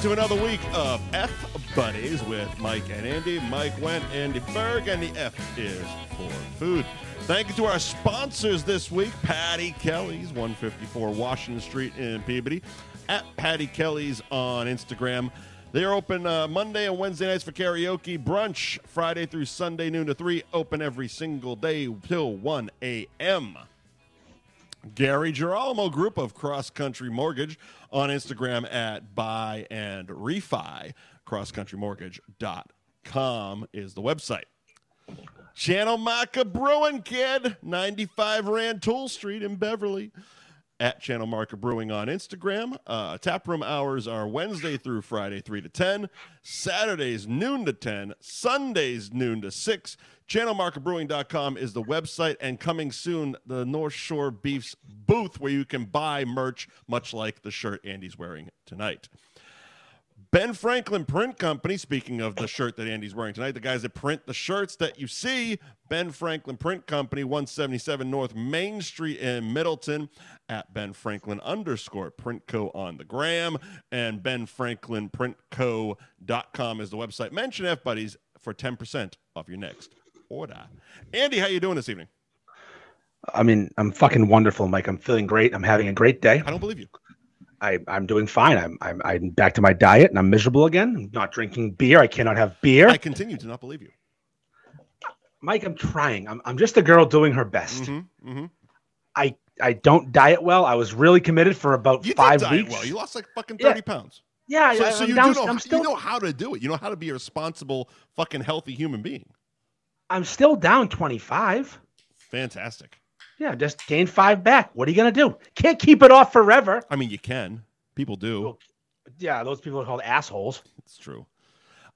to another week of F Buddies with Mike and Andy. Mike went Andy Berg, and the F is for food. Thank you to our sponsors this week Patty Kelly's, 154 Washington Street in Peabody, at Patty Kelly's on Instagram. They're open uh, Monday and Wednesday nights for karaoke, brunch Friday through Sunday, noon to 3, open every single day till 1 a.m. Gary Girolamo Group of Cross Country Mortgage on Instagram at buy and refi. CrossCountryMortgage.com is the website. Channel Maca Brewing Kid, 95 Rantoul Street in Beverly. At Channel Maca Brewing on Instagram. Uh, tap room hours are Wednesday through Friday, 3 to 10, Saturdays, noon to 10, Sundays, noon to 6. ChannelMarcaBrewing.com is the website, and coming soon, the North Shore Beefs booth where you can buy merch, much like the shirt Andy's wearing tonight. Ben Franklin Print Company, speaking of the shirt that Andy's wearing tonight, the guys that print the shirts that you see, Ben Franklin Print Company, 177 North Main Street in Middleton, at Ben Franklin underscore Print Co. on the gram, and Ben Franklin Print Co.com is the website. Mention F Buddies for 10% off your next order. Andy, how you doing this evening? I mean, I'm fucking wonderful, Mike. I'm feeling great. I'm having a great day. I don't believe you. I, I'm doing fine. I'm, I'm I'm back to my diet, and I'm miserable again. I'm not drinking beer. I cannot have beer, I continue to not believe you. Mike. I'm trying. I'm I'm just a girl doing her best. Mhm, mhm. I don't diet well. I was really committed for about You did five diet weeks. well. You lost like fucking Yeah. 30 pounds. yeah, So, I- so I'm, you down- do know, I'm still you know how to do it. You know how to be a responsible, fucking healthy human being. I'm still down 25. Fantastic. Yeah, just gained five back. What are you gonna do? Can't keep it off forever. I mean, you can. People do. Well, Yeah, those people are called assholes. It's true.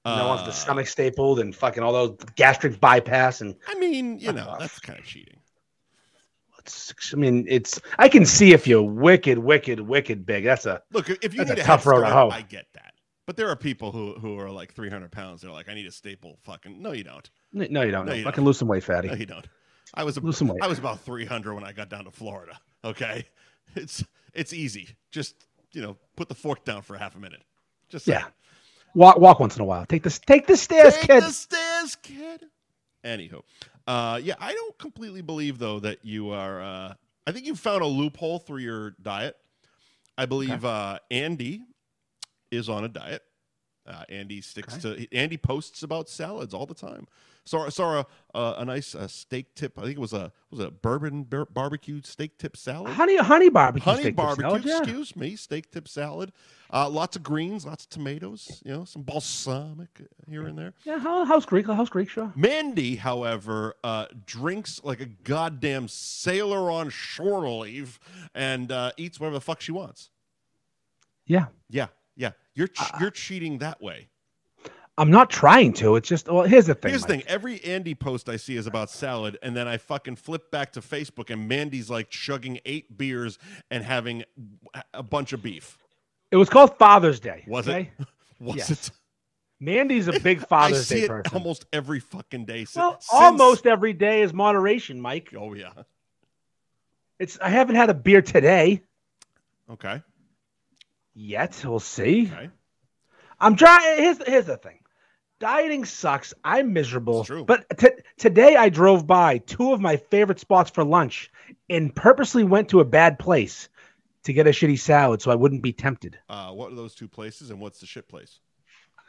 You know, off Uh, the stomach stapled and fucking all those gastric bypass and I mean, you know, Enough. that's kind of cheating. It's, I mean, it's. I can see if you're wicked, wicked, wicked big. That's a. Look, if you That's a need a tough head road to start, hoe. I get that. But there are people who who are like 300 pounds. They're like, I need a staple. Fucking no, you don't. n- No, you don't. No, No, you Fucking don't. lose some weight, fatty. No, you don't. I was a, Lose some weight. I was about 300 when I got down to Florida. Okay, it's it's easy. Just you know, put the fork down for half a minute. Just saying. yeah. Walk, walk once in a while. Take this. Take the stairs, Take kid. the stairs, kid. Anywho, uh, yeah, I don't completely believe though that you are. Uh, I think you found a loophole through your diet. I believe uh, Andy is on a diet. Uh, Andy sticks to. Andy posts about salads all the time. Saw saw a, uh, a nice uh, steak tip. I think it was a was it a bourbon bar- barbecue steak tip salad. Honey, honey barbecue. Honey steak barbecue, salad, yeah. excuse me, steak tip salad, uh, lots of greens, lots of tomatoes, you know, some balsamic here and there. Yeah, how, how's Greek? How's Greek show? Mandy, however, uh, drinks like a goddamn sailor on shore leave and uh, eats whatever the fuck she wants. Yeah. Yeah, yeah. You're ch- Uh, you're cheating that way. I'm not trying to. It's just. Well, here's the thing. Here's the Mike. thing: every Andy post I see is about salad, and then I fucking flip back to Facebook, and Mandy's like chugging eight beers and having a bunch of beef. It was called Father's Day. Was it? What's Yes. it? Mandy's a big I Father's see Day it person. almost every fucking day. si- well, since- almost every day is moderation, Mike. Oh yeah. It's. I haven't had a beer today Okay. yet. We'll see. Okay. I'm trying. Here's, here's the thing. Dieting sucks. I'm miserable. It's true. But t- today I drove by two of my favorite spots for lunch and purposely went to a bad place to get a shitty salad so I wouldn't be tempted. Uh, what are those two places, and what's the shit place?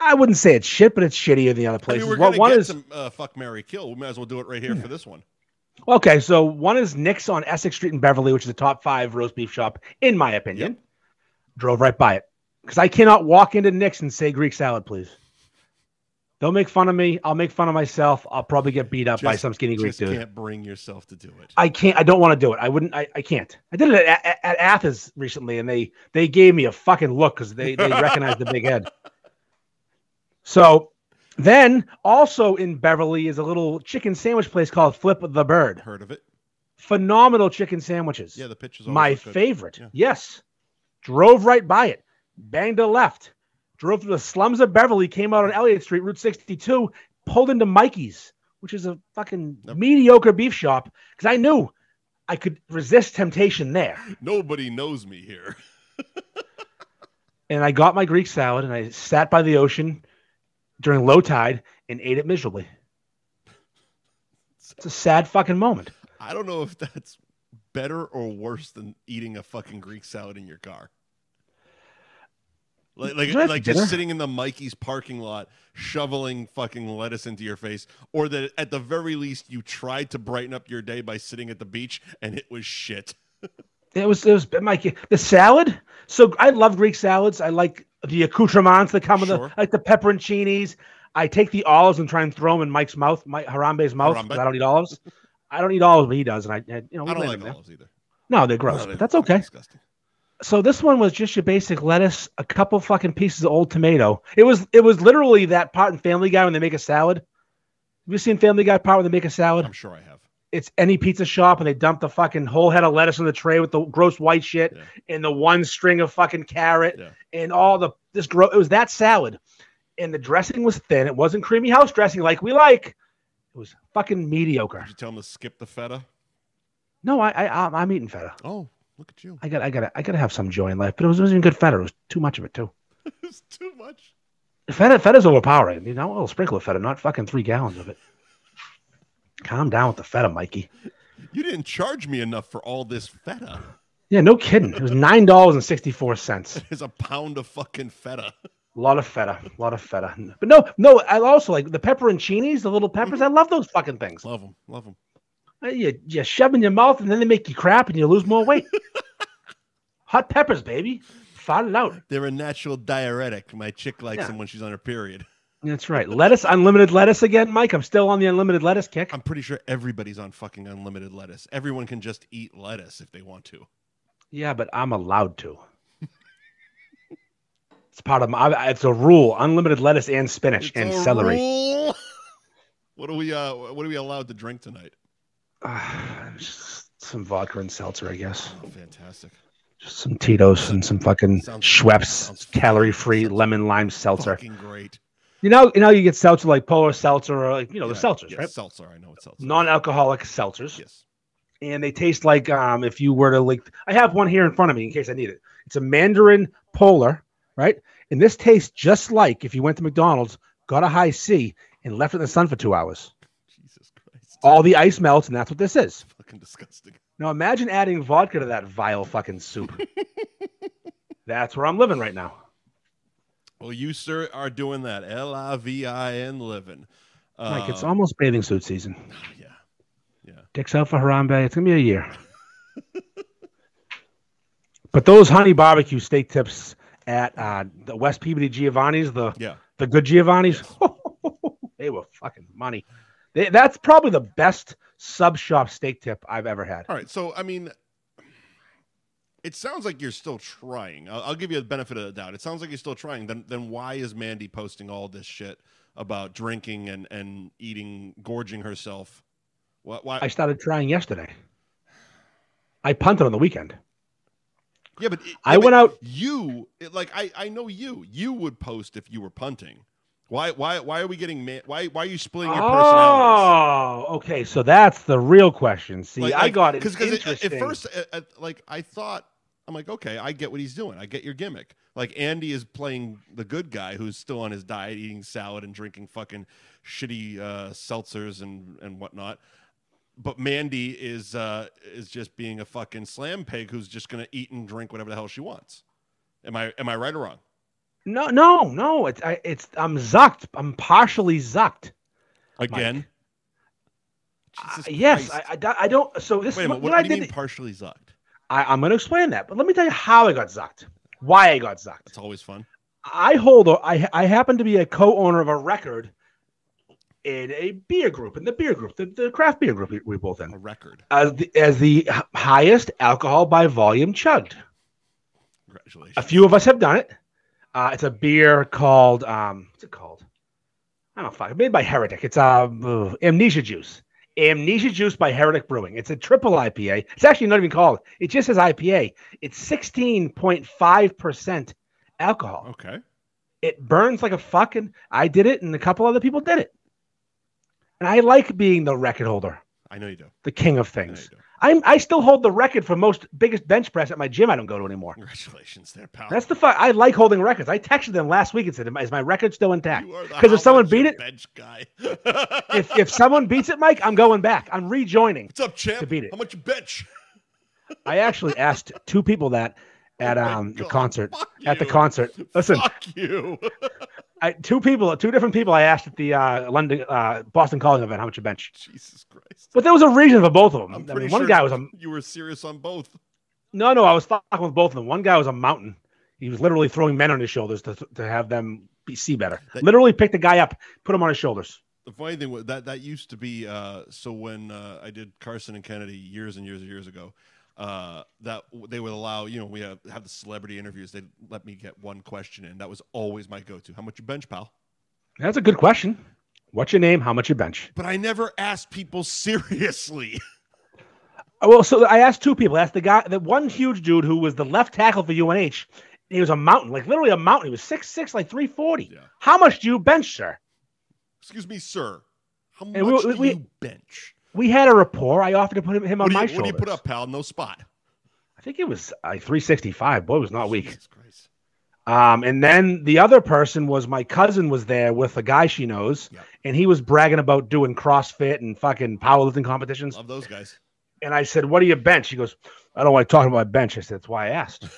I wouldn't say it's shit, but it's shittier than the other I places. mean, we're Well, gonna one get is some uh, fuck Mary Kill. We might as well do it right here for this one. okay. So one is Nick's on Essex Street in Beverly, which is a top five roast beef shop in my opinion. Drove right by it because I cannot walk into Nick's and say Greek salad, please. They'll make fun of me. I'll make fun of myself. I'll probably get beat up by Just- some skinny Greek Just dude. can't bring yourself to do it. I can't. I don't want to do it. I wouldn't. I, I can't. I did it at, at, at Athens recently, and they they gave me a fucking look because they they recognized the big head. So then, also in Beverly is a little chicken sandwich place called Flip the Bird. Heard of it? Phenomenal chicken sandwiches. Yeah, the pictures. always My look good. favorite. Yeah. Yes. Drove right by it. Banged a left. Drove through the slums of Beverly. Came out on Elliott Street, Route 62. Pulled into Mikey's, which is a fucking Yep. mediocre beef shop. Because I knew I could resist temptation there. Nobody knows me here. and I got my Greek salad and I sat by the ocean during low tide and ate it miserably. It's a sad fucking moment. I don't know if that's better or worse than eating a fucking Greek salad in your car. Like, like, That's like just dinner. sitting in the Mikey's parking lot, shoveling fucking lettuce into your face, or that at the very least you tried to brighten up your day by sitting at the beach and it was shit. It was it was Mike the salad. So I love Greek salads. I like the accoutrements that come with Sure. the I like the pepperoncinis. I take the olives and try and throw them in Mike's mouth, Mike Harambe's mouth. 'cause Harambe. I don't eat olives. I don't eat olives, but he does, and I, I- you know we I don't blame like him there. olives either. No, they're gross, No, they're but that's fucking okay. Disgusting. So this one was just your basic lettuce, a couple fucking pieces of old tomato. It was it was literally that part in Family Guy when they make a salad. Have you seen Family Guy part where they make a salad? I'm sure I have. it's any pizza shop and they dump the fucking whole head of lettuce on the tray with the gross white shit Yeah. and the one string of fucking carrot Yeah. and all the this gross it was that salad and the dressing was thin it wasn't creamy house dressing like we like it was fucking mediocre Did you tell him to skip the feta? no i i I'm- i'm eating feta Oh, look at you. i got i got to i got to have some joy in life but it, was, it wasn't even good feta it was too much of it too it's too much. feta feta's overpowering you know a little sprinkle of feta not fucking three gallons of it calm down with the feta mikey You didn't charge me enough for all this feta. yeah no kidding it was nine dollars and 64 cents It's a pound of fucking feta. A lot of feta, a lot of feta. But no, no, I also like the pepperoncinis, the little peppers. I love those fucking things. Love them. Love them. Uh, You, you shove in your mouth and then they make you crap and you lose more weight. Hot peppers, baby. Find it out. They're a natural diuretic. My chick likes Yeah. them when she's on her period. That's right. Lettuce, unlimited lettuce again, Mike. I'm still on the unlimited lettuce kick. I'm pretty sure everybody's on fucking unlimited lettuce. Everyone can just eat lettuce if they want to. Yeah, but I'm allowed to. It's part of my, I- it's a rule. Unlimited lettuce and spinach It's and a celery. rule. What are we uh what are we allowed to drink tonight? Ah, just some vodka and seltzer, I guess. Oh, fantastic. Just some Tito's and some fucking Sounds- sounds- Schweppes calorie free sounds lemon lime seltzer. Fucking great. You know, you know, you get seltzer like Polar Seltzer or like you know Yeah, the seltzers, yes, right? Seltzer, I know it's seltzer. Non-alcoholic seltzers, Yes. and they taste like um if you were to like. I have one here in front of me in case I need it. It's a Mandarin Polar, right? And this tastes just like if you went to McDonald's, got a high C, and left it in the sun for two hours. Jesus Christ. All the ice melts, and that's what this is. fucking disgusting. Now imagine adding vodka to that vile fucking soup. that's where I'm living right now. Well, you sir are doing that L I V I N living. Uh, Mike, it's almost bathing suit season. yeah. Dicks out for Harambe. It's gonna be a year. but those honey barbecue steak tips at uh, the West Peabody Giovanni's, the Yeah. the good Giovanni's, they were fucking money. They, that's probably the best sub shop steak tip I've ever had. All right. So, I mean, it sounds like you're still trying. I'll, I'll give you the benefit of the doubt. It sounds like you're still trying. Then, then why is Mandy posting all this shit about drinking and and eating, gorging herself? Why? why? I started trying yesterday. I punted on the weekend. yeah, but it- I yeah, but went out. You it, like I I know you. You would post if you were punting. Why why why are we getting man? Why why are you splitting your personalities? Oh, okay. So that's the real question. See, Like- I like, got it. because Because at first, at, at- like I thought, I'm like, okay, I get what he's doing. I get your gimmick. Like Andy is playing the good guy who's still on his diet, eating salad and drinking fucking shitty uh, seltzers and and whatnot. But Mandy is uh, is just being a fucking slam pig who's just gonna eat and drink whatever the hell she wants. Am I am I right or wrong? No, no, no. It's I, it's I'm zucked. I'm partially zucked. Again. Uh, Jesus yes, I, Christ. I, do- I don't. So this Wait is a minute. what, What, I what do you did. mean partially zucked? I, I'm going to explain that, but let me tell you how I got zucked, why I got zucked. That's always fun. I hold. a- I I happen to be a co-owner of a record in a beer group, in the beer group, the, the craft beer group we, we're both in, A record. as the, as the h- highest alcohol by volume chugged. Congratulations. A few of us have done it. Uh, it's a beer called um, what's it called? I don't know. fuck, Made by Heretic. It's um, ugh, Amnesia Juice. Amnesia Juice by Heretic Brewing. It's a triple IPA. It's actually not even called. It just says IPA. It's sixteen point five percent alcohol. Okay. It burns like a fucking. I did it, and a couple other people did it. And I like being the record holder, I know you do. the king of I know you things. do. I'm I still hold the record for most biggest bench press at my gym. I don't go to anymore. Congratulations, there, pal. That's the fu- I like holding records. I texted them last week and said, "Is my record still intact?" You are the Because if how someone much beat you it- bench guy. if if someone beats it, Mike, I'm going back. I'm rejoining. What's up, champ? to beat it. How much you bench? I actually asked two people that at Oh my um the God, concert. Fuck At the you. concert, listen, Fuck you. I, two people, two different people. I asked at the uh, London, uh, Boston College event, how much you bench. Jesus Christ. But there was a reason for both of them. I'm I pretty mean, one sure guy was a you were serious on both. no, no. I was talking with both of them. One guy was a mountain. He was literally throwing men on his shoulders to, to have them be, see better. That- literally picked a guy up, put him on his shoulders. The funny thing was that that used to be uh, so when uh, I did Carson and Kennedy years and years and years ago, uh, that w- they would allow you know we have, have the celebrity interviews. They would let me get one question in. That was always my go-to. How much you bench, pal? That's a good question. What's your name? How much you bench? But I never asked people seriously. Oh, Well, so I asked two people. I asked the guy, the one huge dude who was the left tackle for UNH. He was a mountain, like literally a mountain. He was six six, like three forty. Yeah. How much do you bench, sir? Excuse me, sir. How much And we- do we- you bench? We had a rapport. I offered to put him, him What on do, you, my what do shoulders. you put up, pal? No spot. I think it was like three sixty five. Boy, it was not weak. Jesus Christ. Um, and then the other person was my cousin was there with a guy she knows, Yeah. and he was bragging about doing CrossFit and fucking powerlifting competitions. Love those guys. And I said, "What do you bench?" He goes, "I don't like talking about my bench." I said, "That's why I asked."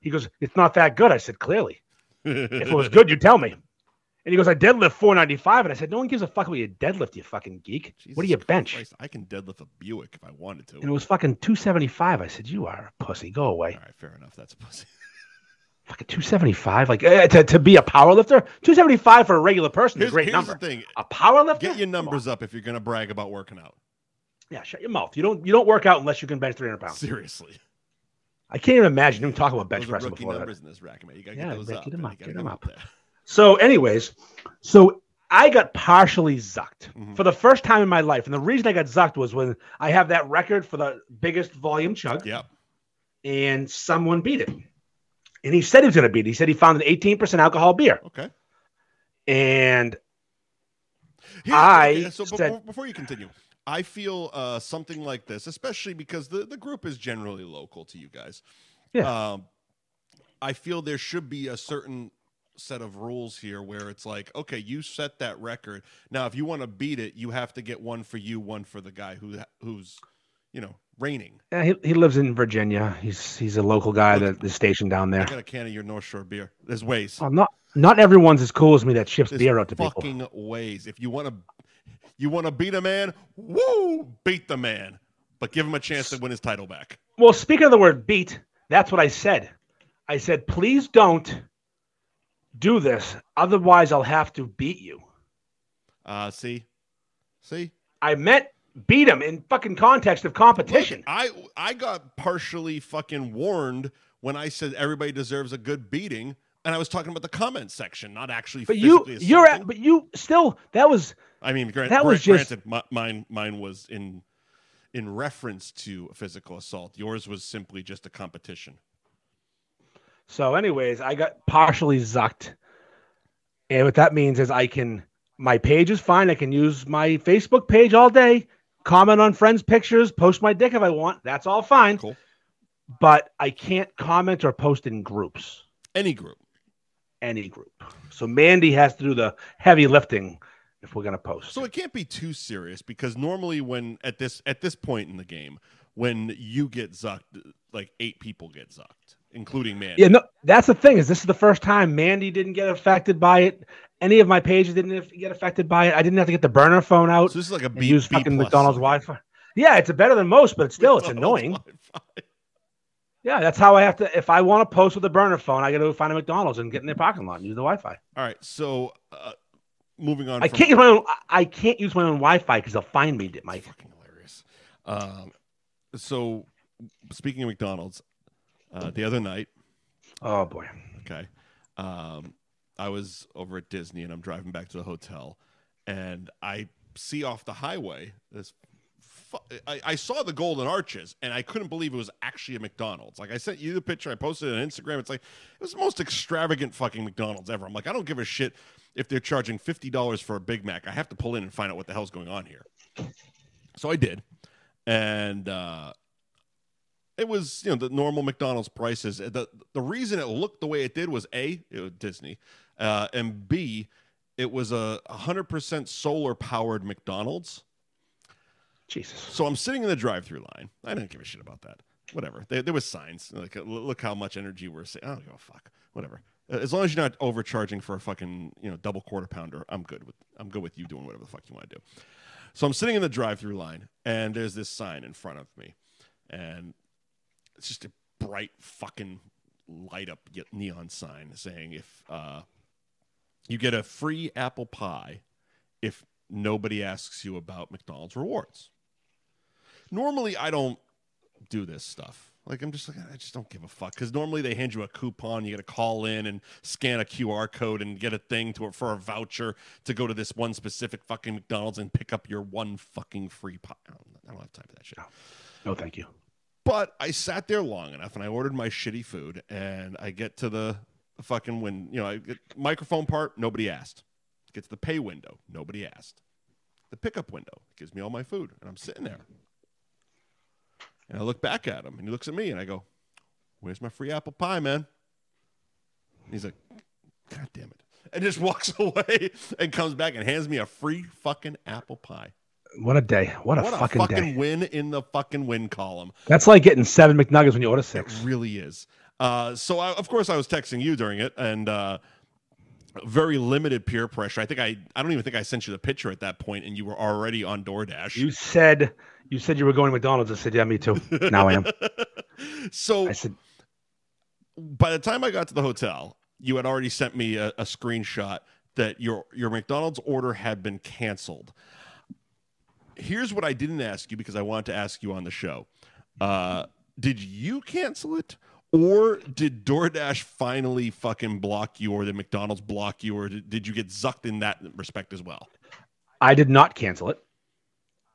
he goes, "It's not that good." I said, "Clearly, if it was good, you tell me." And he goes, "I deadlift 495," and I said, "No one gives a fuck about your deadlift, you fucking geek. what do Jesus you bench?" Christ, I can deadlift a Buick if I wanted to. And it was fucking 275. I said, "You are a pussy. Go away." All right, fair enough. That's a pussy. Fucking 275. Like eh, to, to be a power lifter, 275 for a regular person is a Here's, great here's number. the thing. A power lifter? Get your Come on. numbers up if you're gonna brag about working out. Yeah, shut your mouth. You don't you don't work out unless you can bench 300 pounds. Seriously, I can't even imagine him talking about bench those are pressing rookie before that. numbers in this rack, man. You gotta Yeah, get those Rick, up. get 'em man. up, You get gotta 'em go up. there. So, anyways, so I got partially zucked Mhm. for the first time in my life, and the reason I got zucked was when I have that record for the biggest volume chug, Yep. and someone beat it. And he said he was going to beat it. He said he found an 18% alcohol beer, Okay. and Here- I okay, so be- said- be- before you continue, I feel uh, something like this, especially because the, the group is generally local to you guys. Yeah. Um, I feel there should be a certain set of rules here where it's like, okay, you set that record. Now, if you want to beat it, you have to get one for you, one for the guy who who's, you know, reigning. uh, he, he lives in Virginia. He's he's a local guy that is stationed down I there. got a can of your North Shore beer. There's ways. Oh, not not everyone's as cool as me that ships There's beer out to people. fucking ways. If you want to, you want to beat a man, woo, beat the man, but give him a chance to win his title back. Well, speaking of the word beat, that's what I said. I said, please don't do this. Otherwise, I'll have to beat you. Uh, see, see, I meant beat him in fucking context of competition. I I got partially fucking warned when I said everybody deserves a good beating, and I was talking about the comment section, not actually. but you, physically you're at, assaulting. but you still, that was, I mean, grant, that grant- was just- granted, mi- mine mine was in in reference to physical assault. Yours was simply just a competition. so anyways, I got partially zucked. And what that means is I can, my page is fine. I can use my Facebook page all day, comment on friends' pictures, post my dick if I want. That's all fine. Cool. But I can't comment or post in groups. Any group. any group. So Mandy has to do the heavy lifting if we're going to post. So it can't be too serious because normally when at this at this point in the game, when you get zucked, like eight people get zucked, including man. yeah, no, that's the thing is this is the first time Mandy didn't get affected by it. Any of my pages didn't af- get affected by it. I didn't have to get the burner phone out So this is like a and B, use B fucking plus. Oh, McDonald's Wi-Fi. Yeah, it's better than most, but still, it's annoying. Wi-Fi. Yeah, that's how I have to. If I want to post with a burner phone, I got to find a McDonald's and get in their parking lot and use the Wi-Fi. All right, so uh, moving on. I from- can't use my own. I- I can't use my own Wi-Fi because they'll find me, Mike. Fucking hilarious. Um, so speaking of McDonald's, uh, the other night, Oh boy. okay, um, I was over at Disney and I'm driving back to the hotel, and I see off the highway this. Fu- I, I saw the golden arches and I couldn't believe it was actually a McDonald's. Like I sent you the picture, I posted it on Instagram. It's like it was the most extravagant fucking McDonald's ever. I'm like, I don't give a shit if they're charging fifty dollars for a Big Mac. I have to pull in and find out what the hell's going on here. So I did, and uh, it was you know the normal McDonald's prices. the The reason it looked the way it did was a it was Disney, uh, and b it was a hundred percent solar powered McDonald's. Jesus. So I'm sitting in the drive-through line. I didn't give a shit about that. Whatever. There, there was signs. Like, l- look how much energy we're saving. I don't give a fuck. Whatever. Uh, As long as you're not overcharging for a fucking you know double quarter pounder, I'm good with I'm good with you doing whatever the fuck you want to do. So I'm sitting in the drive-through line, and there's this sign in front of me, and it's just a bright fucking light up ye- neon sign saying if uh, you get a free apple pie if nobody asks you about McDonald's rewards normally I don't do this stuff. Like I'm just like I just don't give a fuck because normally they hand you a coupon, you got to call in and scan a QR code and get a thing to for a voucher to go to this one specific fucking McDonald's and pick up your one fucking free pie. I don't, I don't have time for that shit. No, thank you. But I sat there long enough and I ordered my shitty food and I get to the fucking when you know I get microphone part nobody asked. Get to the pay window nobody asked. The pickup window gives me all my food and I'm sitting there. And I look back at him and he looks at me and I go, "Where's my free apple pie, man?" And he's like, "God damn it." And just walks away and comes back and hands me a free fucking apple pie. What a day. What a, what fucking, a fucking day. win in the fucking win column. That's like getting seven McNuggets when you order It six. really is. Uh, so, I, of course, I was texting you during it, and uh, very limited peer pressure. I think I, I don't even think I sent you the picture at that point, and you were already on DoorDash. You said you said you were going to McDonald's. I said, yeah, me too. Now I am. so, I said, by the time I got to the hotel, you had already sent me a, a screenshot that your your McDonald's order had been canceled. Here's what I didn't ask you because I wanted to ask you on the show: uh, Did you cancel it, or did DoorDash finally fucking block you, or did McDonald's block you, or did, did you get zucked in that respect as well? I did not cancel it.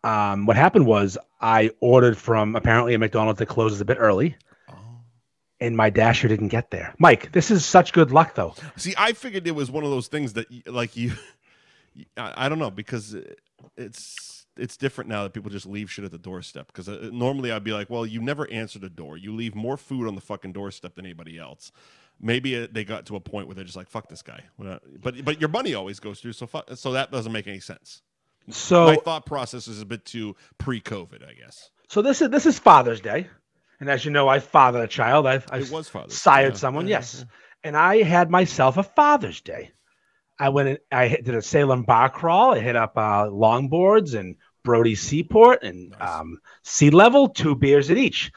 Um, what happened was I ordered from apparently a McDonald's that closes a bit early, Oh. and my dasher didn't get there. Mike, this is such good luck, though. See, I figured it was one of those things that, y- like you, I, I don't know because it- it's it's different now that people just leave shit at the doorstep. Because uh, normally I'd be like, well, you never answer the door. You leave more food on the fucking doorstep than anybody else. Maybe uh they got to a point where they're just like, fuck this guy. We're not- But but your money always goes through, so fuck, so that doesn't make any sense. So My thought process is a bit too pre-COVID, I guess. So this is this is Father's Day, and as you know, I fathered a child. I've, I've It was Father's Day, sired yeah. someone, Yeah, yes, and I had myself a Father's Day. I went and I hit- did a Salem bar crawl. I hit up uh, longboards and Brody Seaport and Nice. um, Sea Level, two beers at each,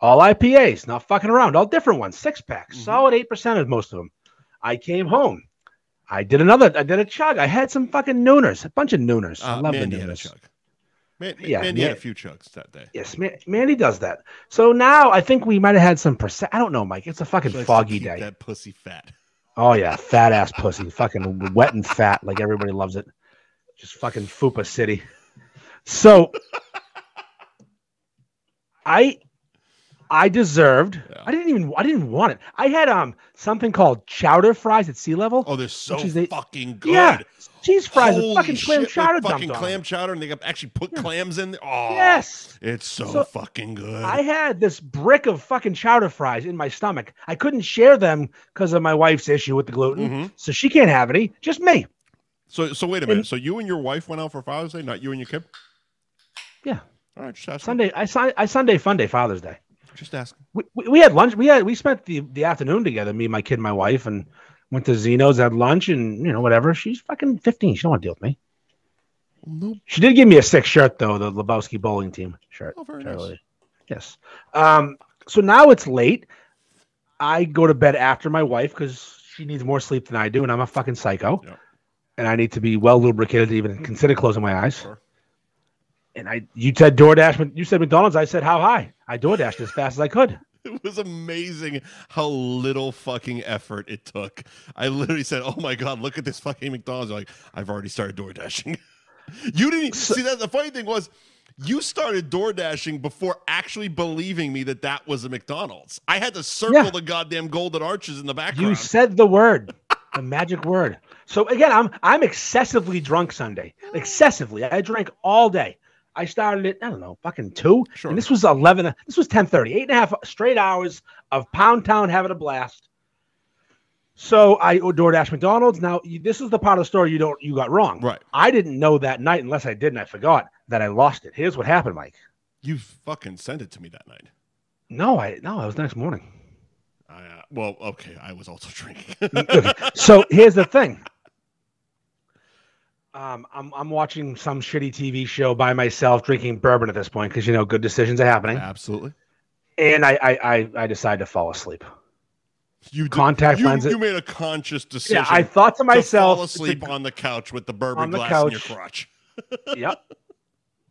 all IPAs, not fucking around, all different ones, six packs, Mhm. solid eight percent of most of them. I came home. I did another. I did a chug. I had some fucking nooners, a bunch of nooners. yeah. Uh, I love Mandy the had a nooners. chug. Man, Yeah, Mandy had a yeah. few chugs that day. Yes, Ma- Mandy does that. So now I think we might have had some percent. I don't know, Mike. It's a fucking She likes to foggy keep day. That pussy fat. Oh yeah, fat ass pussy, fucking wet and fat, like everybody loves it. Just fucking fupa city. So I I deserved. Yeah. I didn't even. I didn't want it. I had um something called chowder fries at sea level. Oh, they're so Which is they- fucking good. yeah, cheese fries Holy with fucking clam shit, chowder with fucking dumped on clam them. chowder, and they got- actually put Yeah. clams in there. Oh, Yes. it's so, So, fucking good. I had this brick of fucking chowder fries in my stomach. I couldn't share them because of my wife's issue with the gluten. Mhm. So she can't have any, just me. So, so wait a minute. So you and your wife went out for Father's Day, not you and your kid? Yeah. All right, just asking. Sunday, I, Sun- I Sunday fun day, Father's Day. Just asking. We, we, we had lunch. We had we spent the, the afternoon together, me, my kid, my wife, and went to Zeno's, had lunch, and you know whatever. She's fucking fifteen. She don't want to deal with me. No, She did give me a sick shirt though, the Lebowski bowling team shirt. oh, very nice. Charlie. Yes. Um, so now it's late. I go to bed after my wife because she needs more sleep than I do, and I'm a fucking psycho. Yep. And I need to be well lubricated to even consider closing my eyes. Sure. And I, you said DoorDash, you said McDonald's. I said how high? I DoorDashed as fast as I could. It was amazing how little fucking effort it took. I literally said, "Oh my god, look at this fucking McDonald's!" You're like, I've already started door dashing. you didn't So- see that. The funny thing was, you started door dashing before actually believing me that that was a McDonald's. I had to circle Yeah. the goddamn golden arches in the background. You said the word, the magic word. So again, I'm I'm excessively drunk Sunday. Excessively, I drank all day. I started at I don't know, fucking two. Sure. And this was eleven. This was 10:30, eight and a half straight hours of Pound Town having a blast. So I DoorDash McDonald's. Now you- this is the part of the story you don't you got wrong. Right. I didn't know that night unless I did and I forgot that I lost it. Here's what happened, Mike. You fucking sent it to me that night. No, I no, it was the next morning. I, uh, well, okay, I was also drinking. so here's the thing. Um, I'm I'm watching some shitty TV show by myself, drinking bourbon at this point because you know good decisions are happening, Absolutely. and I I I, I decide to fall asleep. You did- Contact you, lenses- you made a conscious decision. Yeah, I thought to to myself, fall asleep to- on the couch with the bourbon on the glass in your couch. crotch. yep.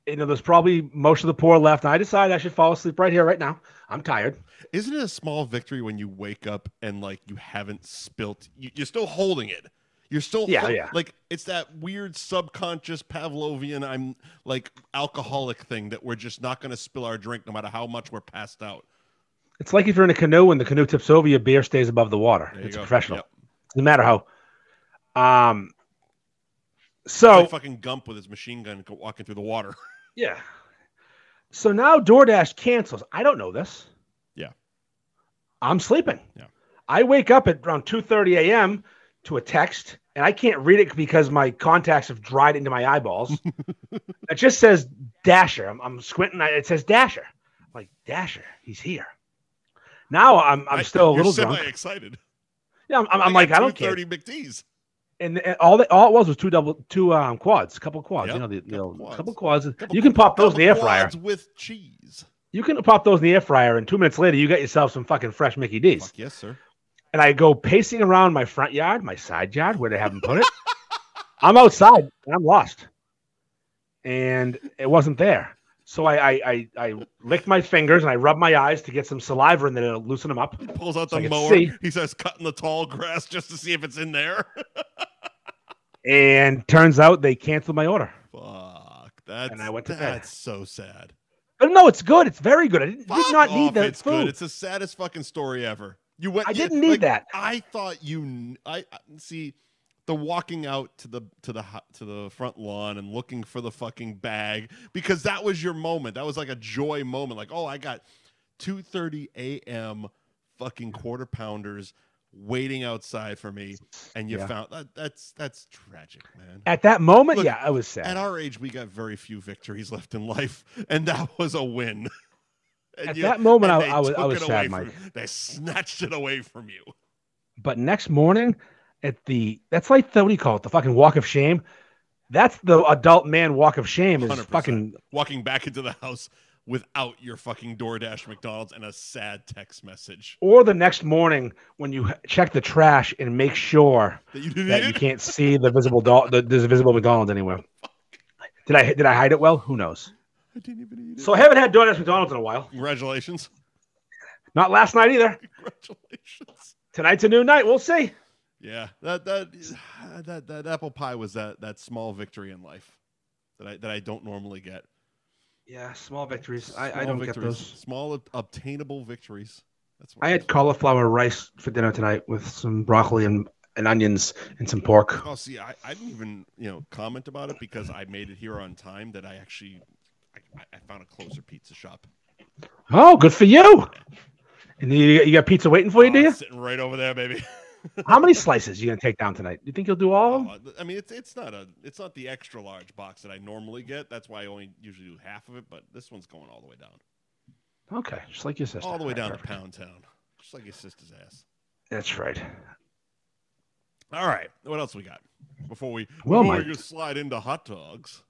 You know, there's probably most of the poor left. And I decided I should fall asleep right here, right now. I'm tired. Isn't it a small victory when you wake up and like you haven't spilt? You, you're still holding it. You're still Yeah, hol- yeah. Like it's that weird subconscious Pavlovian I'm like alcoholic thing that we're just not going to spill our drink no matter how much we're passed out. It's like if you're in a canoe and the canoe tips over, your beer stays above the water. There you It's go. professional. Yep. No matter how. Um. It's So like fucking Gump with his machine gun go- walking through the water. Yeah. So now DoorDash cancels. I don't know this. Yeah. I'm sleeping. Yeah. I wake up at around 2:30 a.m. to a text and I can't read it because my contacts have dried into my eyeballs. it just says Dasher. I'm, I'm squinting. I- It says Dasher. I'm like Dasher, he's here. Now I'm I'm I- still a you're little semi drunk. excited. yeah, I'm, I'm, I'm like I don't care. Thirty McDees. And, and all that all it was was two double two um quads, couple quads. Yep, You know the, the couple old- quads. couple quads. Couple- you can pop those in the air Couple fryer. quads with cheese. You can pop those in the air fryer, and two minutes later, you got yourself some fucking fresh Mickey D's. Fuck yes, sir. And I go pacing around my front yard, my side yard, where they haven't put it. I'm outside and I'm lost, and it wasn't there. So I, I, I, I licked my fingers and I rubbed my eyes to get some saliva in there to loosen them up. He pulls out So I the can mower. see. He says, "Cutting the tall grass just to see if it's in there." And turns out they canceled my order. Fuck. That's I went to bed. that's so sad. But no, it's good. It's very good. I didn't, Fuck did not off, need that It's food. good. It's the saddest fucking story ever. You went. I you- didn't need like, that. I thought you. kn- I I- see the walking out to the to the ho- to the front lawn and looking for the fucking bag because that was your moment. That was like a joy moment. Like, oh, I got two thirty a.m. fucking quarter pounders waiting outside for me, and you Yeah. found that. That's that's tragic, man. At that moment, Look, yeah, I was sad. At our age, we got very few victories left in life, and that was a win. And At you- that moment, and I, they I was, I took was it sad, away Mike. from- They snatched it away from you. But next morning, at the that's like the what do you call it? The fucking walk of shame. That's the adult man walk of shame. Is 100%. fucking Walking back into the house without your fucking DoorDash McDonald's and a sad text message or the next morning when you check the trash and make sure that you didn't that eat you it. can't see the visible doll. The, there's a visible McDonald's anywhere. Did I did I hide it well? Who knows? I didn't even eat it. So I haven't had DoorDash McDonald's in a while. Congratulations. Not last night either. Congratulations. Tonight's a new night. We'll see. Yeah, that that that that apple pie was that that small victory in life that I that I don't normally get. Yeah, small victories. I, I Small don't get victories. those. Small ob- obtainable victories. That's what I it had is. cauliflower rice for dinner tonight with some broccoli and, and onions and some pork. Oh, see, I, I didn't even you know comment about it because I made it here on time. That I actually I, I- I found a closer pizza shop. Oh, good for you. And you, you got pizza waiting for you, do Oh, you? it's Sitting right over there, baby. How many slices you gonna take down tonight? You think you'll do all? of them? Oh, I mean, it's it's not a it's not the extra large box that I normally get. That's why I only usually do half of it. But this one's going all the way down, Okay, just like your sister. all the way down to Perfect. Pound Town, just like your sister's ass. That's right. All right, what else we got before we Well, before Mike. we just slide into hot dogs?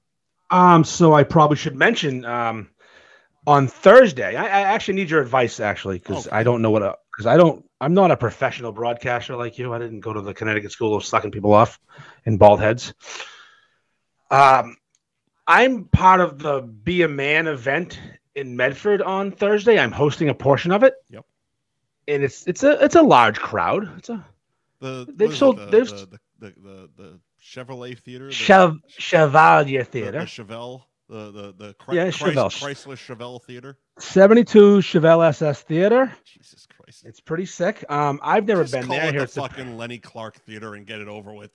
Um, so I probably should mention um, on Thursday. I, I actually need your advice, actually, because Okay. I don't know what a because I don't. I'm not a professional broadcaster like you. I didn't go to the Connecticut School of Sucking People Off and Bald Heads. Um, I'm part of the Be a Man event in Medford on Thursday. I'm hosting a portion of it. Yep. And it's it's a it's a large crowd. It's a The what They've is it, sold- the, they've- the, the, the, the the Chevrolet Theater. the- Chev- Chevalier the- Theater. the Chevelle, the the the Chry- Yeah, Chrys- Chevelle. Chrysler Chevelle Theater. 72 Chevelle SS Theater. Jesus Christ, It's pretty sick. Um, I've never Just been call there. it Here, the it's a- fucking Lenny Clark Theater and get it over with.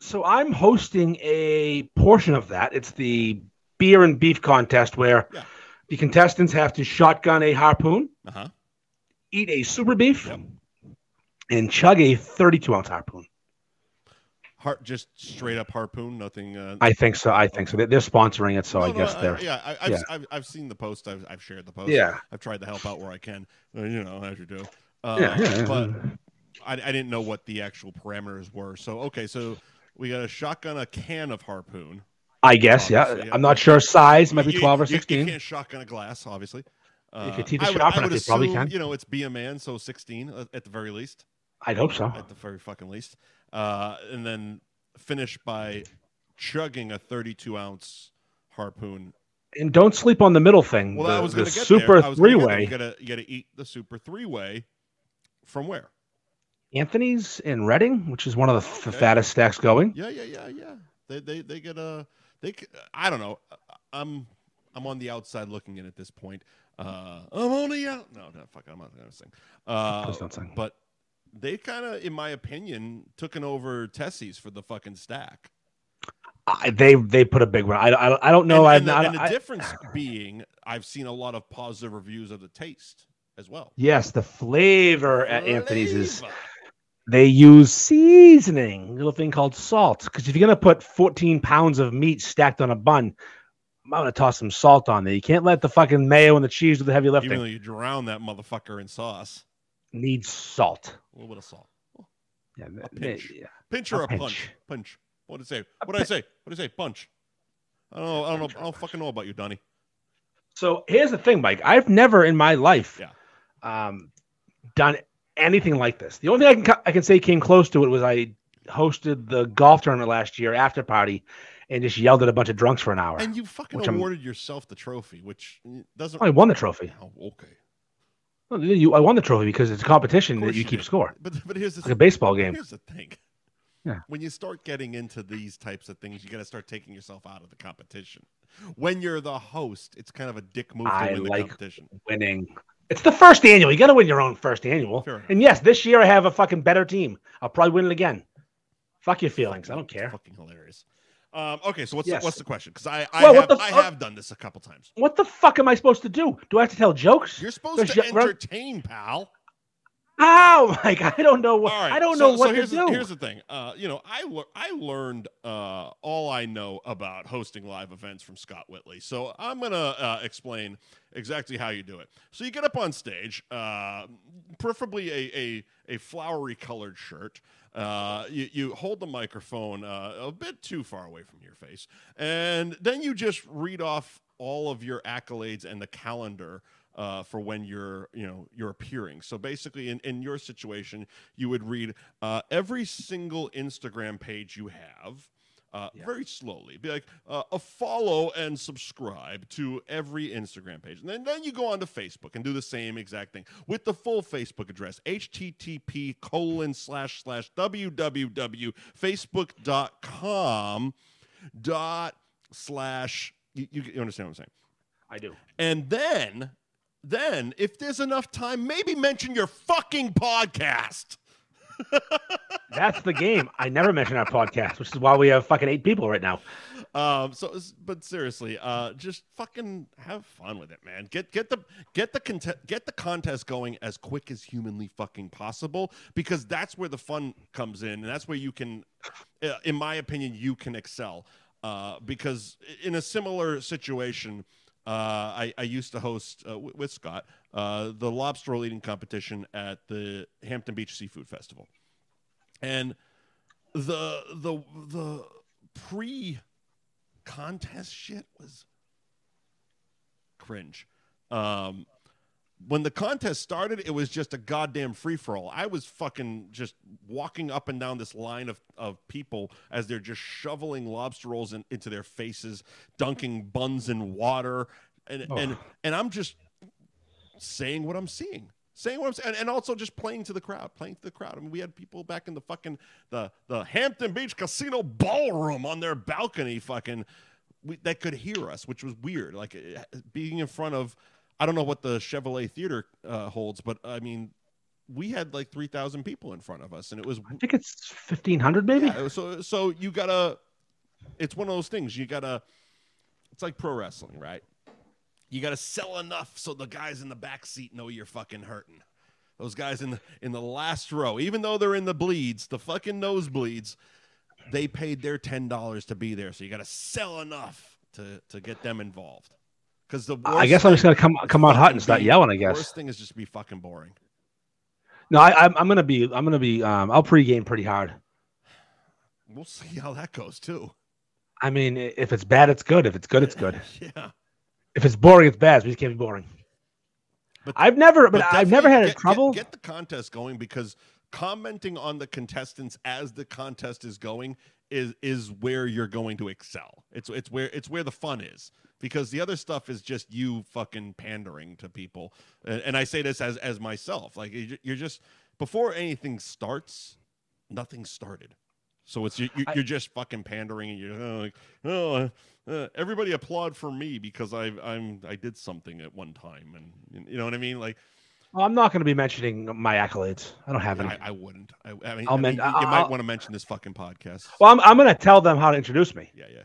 so I'm hosting a portion of that. It's the beer and beef contest where Yeah. the contestants have to shotgun a harpoon, Uh huh. eat a super beef, Yep. and chug a 32 ounce harpoon. Har- just straight up harpoon, nothing. Uh, I think so. I think so. They- They're sponsoring it, so No, I no, guess they're. yeah, I, I've, yeah. I've, I've seen the post. I've, I've shared the post. Yeah. I've tried to help out where I can. uh, You know, as you do. Uh, Yeah. yeah, yeah. But I, I didn't know what the actual parameters were. So okay, so we got a shotgun, a can of harpoon. I guess, yeah. obviously, yeah. I'm not sure size. Might be You- 12 or you- 16. You can't shotgun a glass, obviously. Uh, could teach a I would, shotgun I would if you probably assume, can. You know, it's be a man, so sixteen uh, at the very least. I'd hope so. At the very fucking least, uh, and then finish by chugging a thirty-two ounce harpoon. And don't sleep on the middle thing. Well, the, I was the going to get there. super I was gonna three get there. way. You gotta, you gotta eat the super three-way from where? Anthony's in Reading, which is one of the f- Okay. fattest stacks going. Yeah, yeah, yeah, yeah. They they they get a they. c- I don't know. I'm I'm on the outside looking in at this point. Uh, I'm only out. No, no, fuck. I'm not gonna sing. Uh, Please don't sing. but they kind of, in my opinion, taken over Tessie's for the fucking stack. I, they they put a big one. I, I, I don't know. and, and I'm the, not. and the I- difference being, I've seen a lot of positive reviews of the taste as well. yes, the flavor at Anthony's is Flavor. they use seasoning, a little thing called salt. Because if you're gonna put 14 pounds of meat stacked on a bun, I'm gonna toss some salt on there. You can't let the fucking mayo and the cheese do the heavy even lifting. though you drown that motherfucker in sauce. Need salt. A little bit of salt. Yeah, A they- pinch. yeah. Pinch or A a, punch? Punch. What did I say? What did I say? What did I say? Punch. I don't know. I don't know. I don't fucking know about you, Donnie. So here's the thing, Mike. I've never in my life Yeah. um, done anything like this. The only thing I can co- I can say came close to it was I hosted the golf tournament last year after party, and just yelled at a bunch of drunks for an hour. And you fucking Which I'm- awarded yourself the trophy, which doesn't. I won the trophy. Oh, okay. Well, you- I won the trophy because it's a competition Of that course you you keep did. score, But but here's the like a baseball game. here's the thing. Yeah. When you start getting into these types of things, you got to start taking yourself out of the competition. When you're the host, it's kind of a dick move to I win the like- competition. Winning. It's the first annual. You got to win your own first annual. Fair enough. And yes, this year I have a fucking better team. I'll probably win it again. Fuck your feelings. I don't care. Fucking hilarious. Um, okay, so what's Yes. the, what's the question? Because I I, Well, what have, the I fuck- have done this a couple times. What the fuck am I supposed to do? Do I have to tell jokes? You're supposed There's to y- we're- entertain, pal. How, Mike? I don't know what. All right. I don't so- know so what to here's the, do. Here's the thing. Uh, you know, I lear- I learned uh, all I know about hosting live events from Scott Whitley. So I'm gonna uh, explain exactly how you do it. So you get up on stage, uh, preferably a a, a flowery colored shirt. Uh, you, you hold the microphone uh, a bit too far away from your face, and then you just read off all of your accolades and the calendar uh, for when you're you know you're appearing. So basically, in, in your situation, you would read uh, every single Instagram page you have. Uh, Yeah. Very slowly, be like uh, a follow and subscribe to every Instagram page, and then, then you go on to Facebook and do the same exact thing with the full Facebook address: http colon slash slash www facebook.com dot slash. You, you, you understand what I'm saying? I do. And then, then if there's enough time, maybe mention your fucking podcast. That's the game. I never mention our podcast, which is why we have fucking eight people right now. Um, so, s- but seriously, uh, just fucking have fun with it, man. Get get the get the contest get the contest going as quick as humanly fucking possible because that's where the fun comes in, and that's where you can, uh, in my opinion, you can excel. Uh, because i- in a similar situation, uh, I, I used to host uh, w- with Scott uh, the lobster roll eating competition at the Hampton Beach Seafood Festival, and the the the pre contest shit was cringe. Um, when the contest started, it was just a goddamn free for all. I was fucking just walking up and down this line of, of people as they're just shoveling lobster rolls in, into their faces, dunking buns in water, and Oh. and and I'm just saying what I'm seeing, saying what I'm saying, and, and also just playing to the crowd, playing to the crowd. I mean, we had people back in the fucking the the Hampton Beach Casino ballroom on their balcony, fucking we, that could hear us, which was weird. Like uh, being in front of, I don't know what the Chevrolet Theater uh, holds, but I mean, we had like three thousand people in front of us, and it was I think it's fifteen hundred, maybe. yeah, so so you gotta. It's one of those things you gotta It's like pro wrestling, right? You got to sell enough so the guys in the back seat know you're fucking hurting. Those guys in the in the last row, even though they're in the bleeds, the fucking nosebleeds, they paid their ten dollars to be there. So you got to sell enough to to get them involved. Because the I guess I'm just gonna come come out hot and start yelling. I The guess. worst thing is just be fucking boring. No, I, I'm I'm gonna be I'm gonna be um I'll pregame pretty hard. We'll see how that goes too. I mean, i- if it's bad, it's good. If it's good, it's good. Yeah. If it's boring, it's bad. We just can't be boring. But- I've never, but, But definitely I've never had get- get- trouble. Get, the contest going because commenting on the contestants as the contest is going is is where you're going to excel. It's it's where it's where the fun is because the other stuff is just you fucking pandering to people. And, and I say this as as myself, like you ju- you're just before anything starts, nothing started. So it's you, you, I- you're just fucking pandering, and you're uh, like, oh, uh, everybody applaud for me because I I'm I did something at one time, and you know what I mean, like. Well, I'm not gonna be mentioning my accolades. I don't have any. I, I wouldn't. I, I mean, I'll I mean, men- you, you might I'll- want to mention this fucking podcast. well, I'm, I'm gonna tell them how to introduce me. yeah, yeah.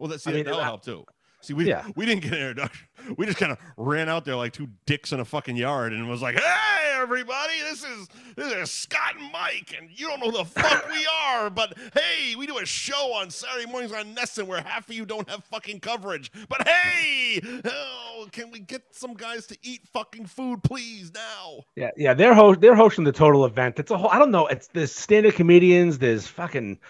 Well, that's I see, mean, that'll I- help too. See, we Yeah. we didn't get an introduction. We just kind of ran out there like two dicks in a fucking yard and was like, "Hey, everybody, this is this is Scott and Mike, and you don't know who the fuck we are, but hey, we do a show on Saturday mornings on Nesson where half of you don't have fucking coverage, but hey, oh, can we get some guys to eat fucking food, please, now?" Yeah, yeah. They're host, they're hosting the total event. It's a whole. I don't know. It's there's stand-up comedians. There's fucking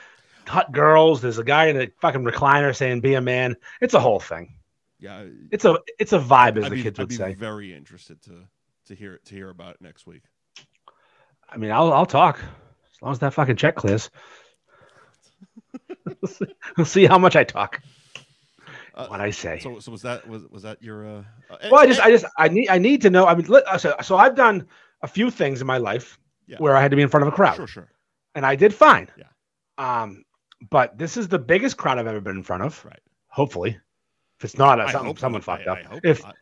hot girls. There's a guy in a fucking recliner saying "Be a man." It's a whole thing. Yeah, It's a it's a vibe, as I'd the be, kids I'd would be say. very interested to to hear to hear about it next week. I mean, I'll I'll talk as long as that fucking check clears. we'll, see, we'll see how much I talk. Uh, What I say. So, so was that was was that your? Uh, uh, and- well, I just and- I just I need I need to know. I mean, let, so, so I've done a few things in my life Yeah. where I had to be in front of a crowd, sure, sure, and I did fine. Yeah. Um, but this is the biggest crowd I've ever been in front of. right. Hopefully, if it's not, uh, I some, hope someone not. fucked I- up. I hope if not.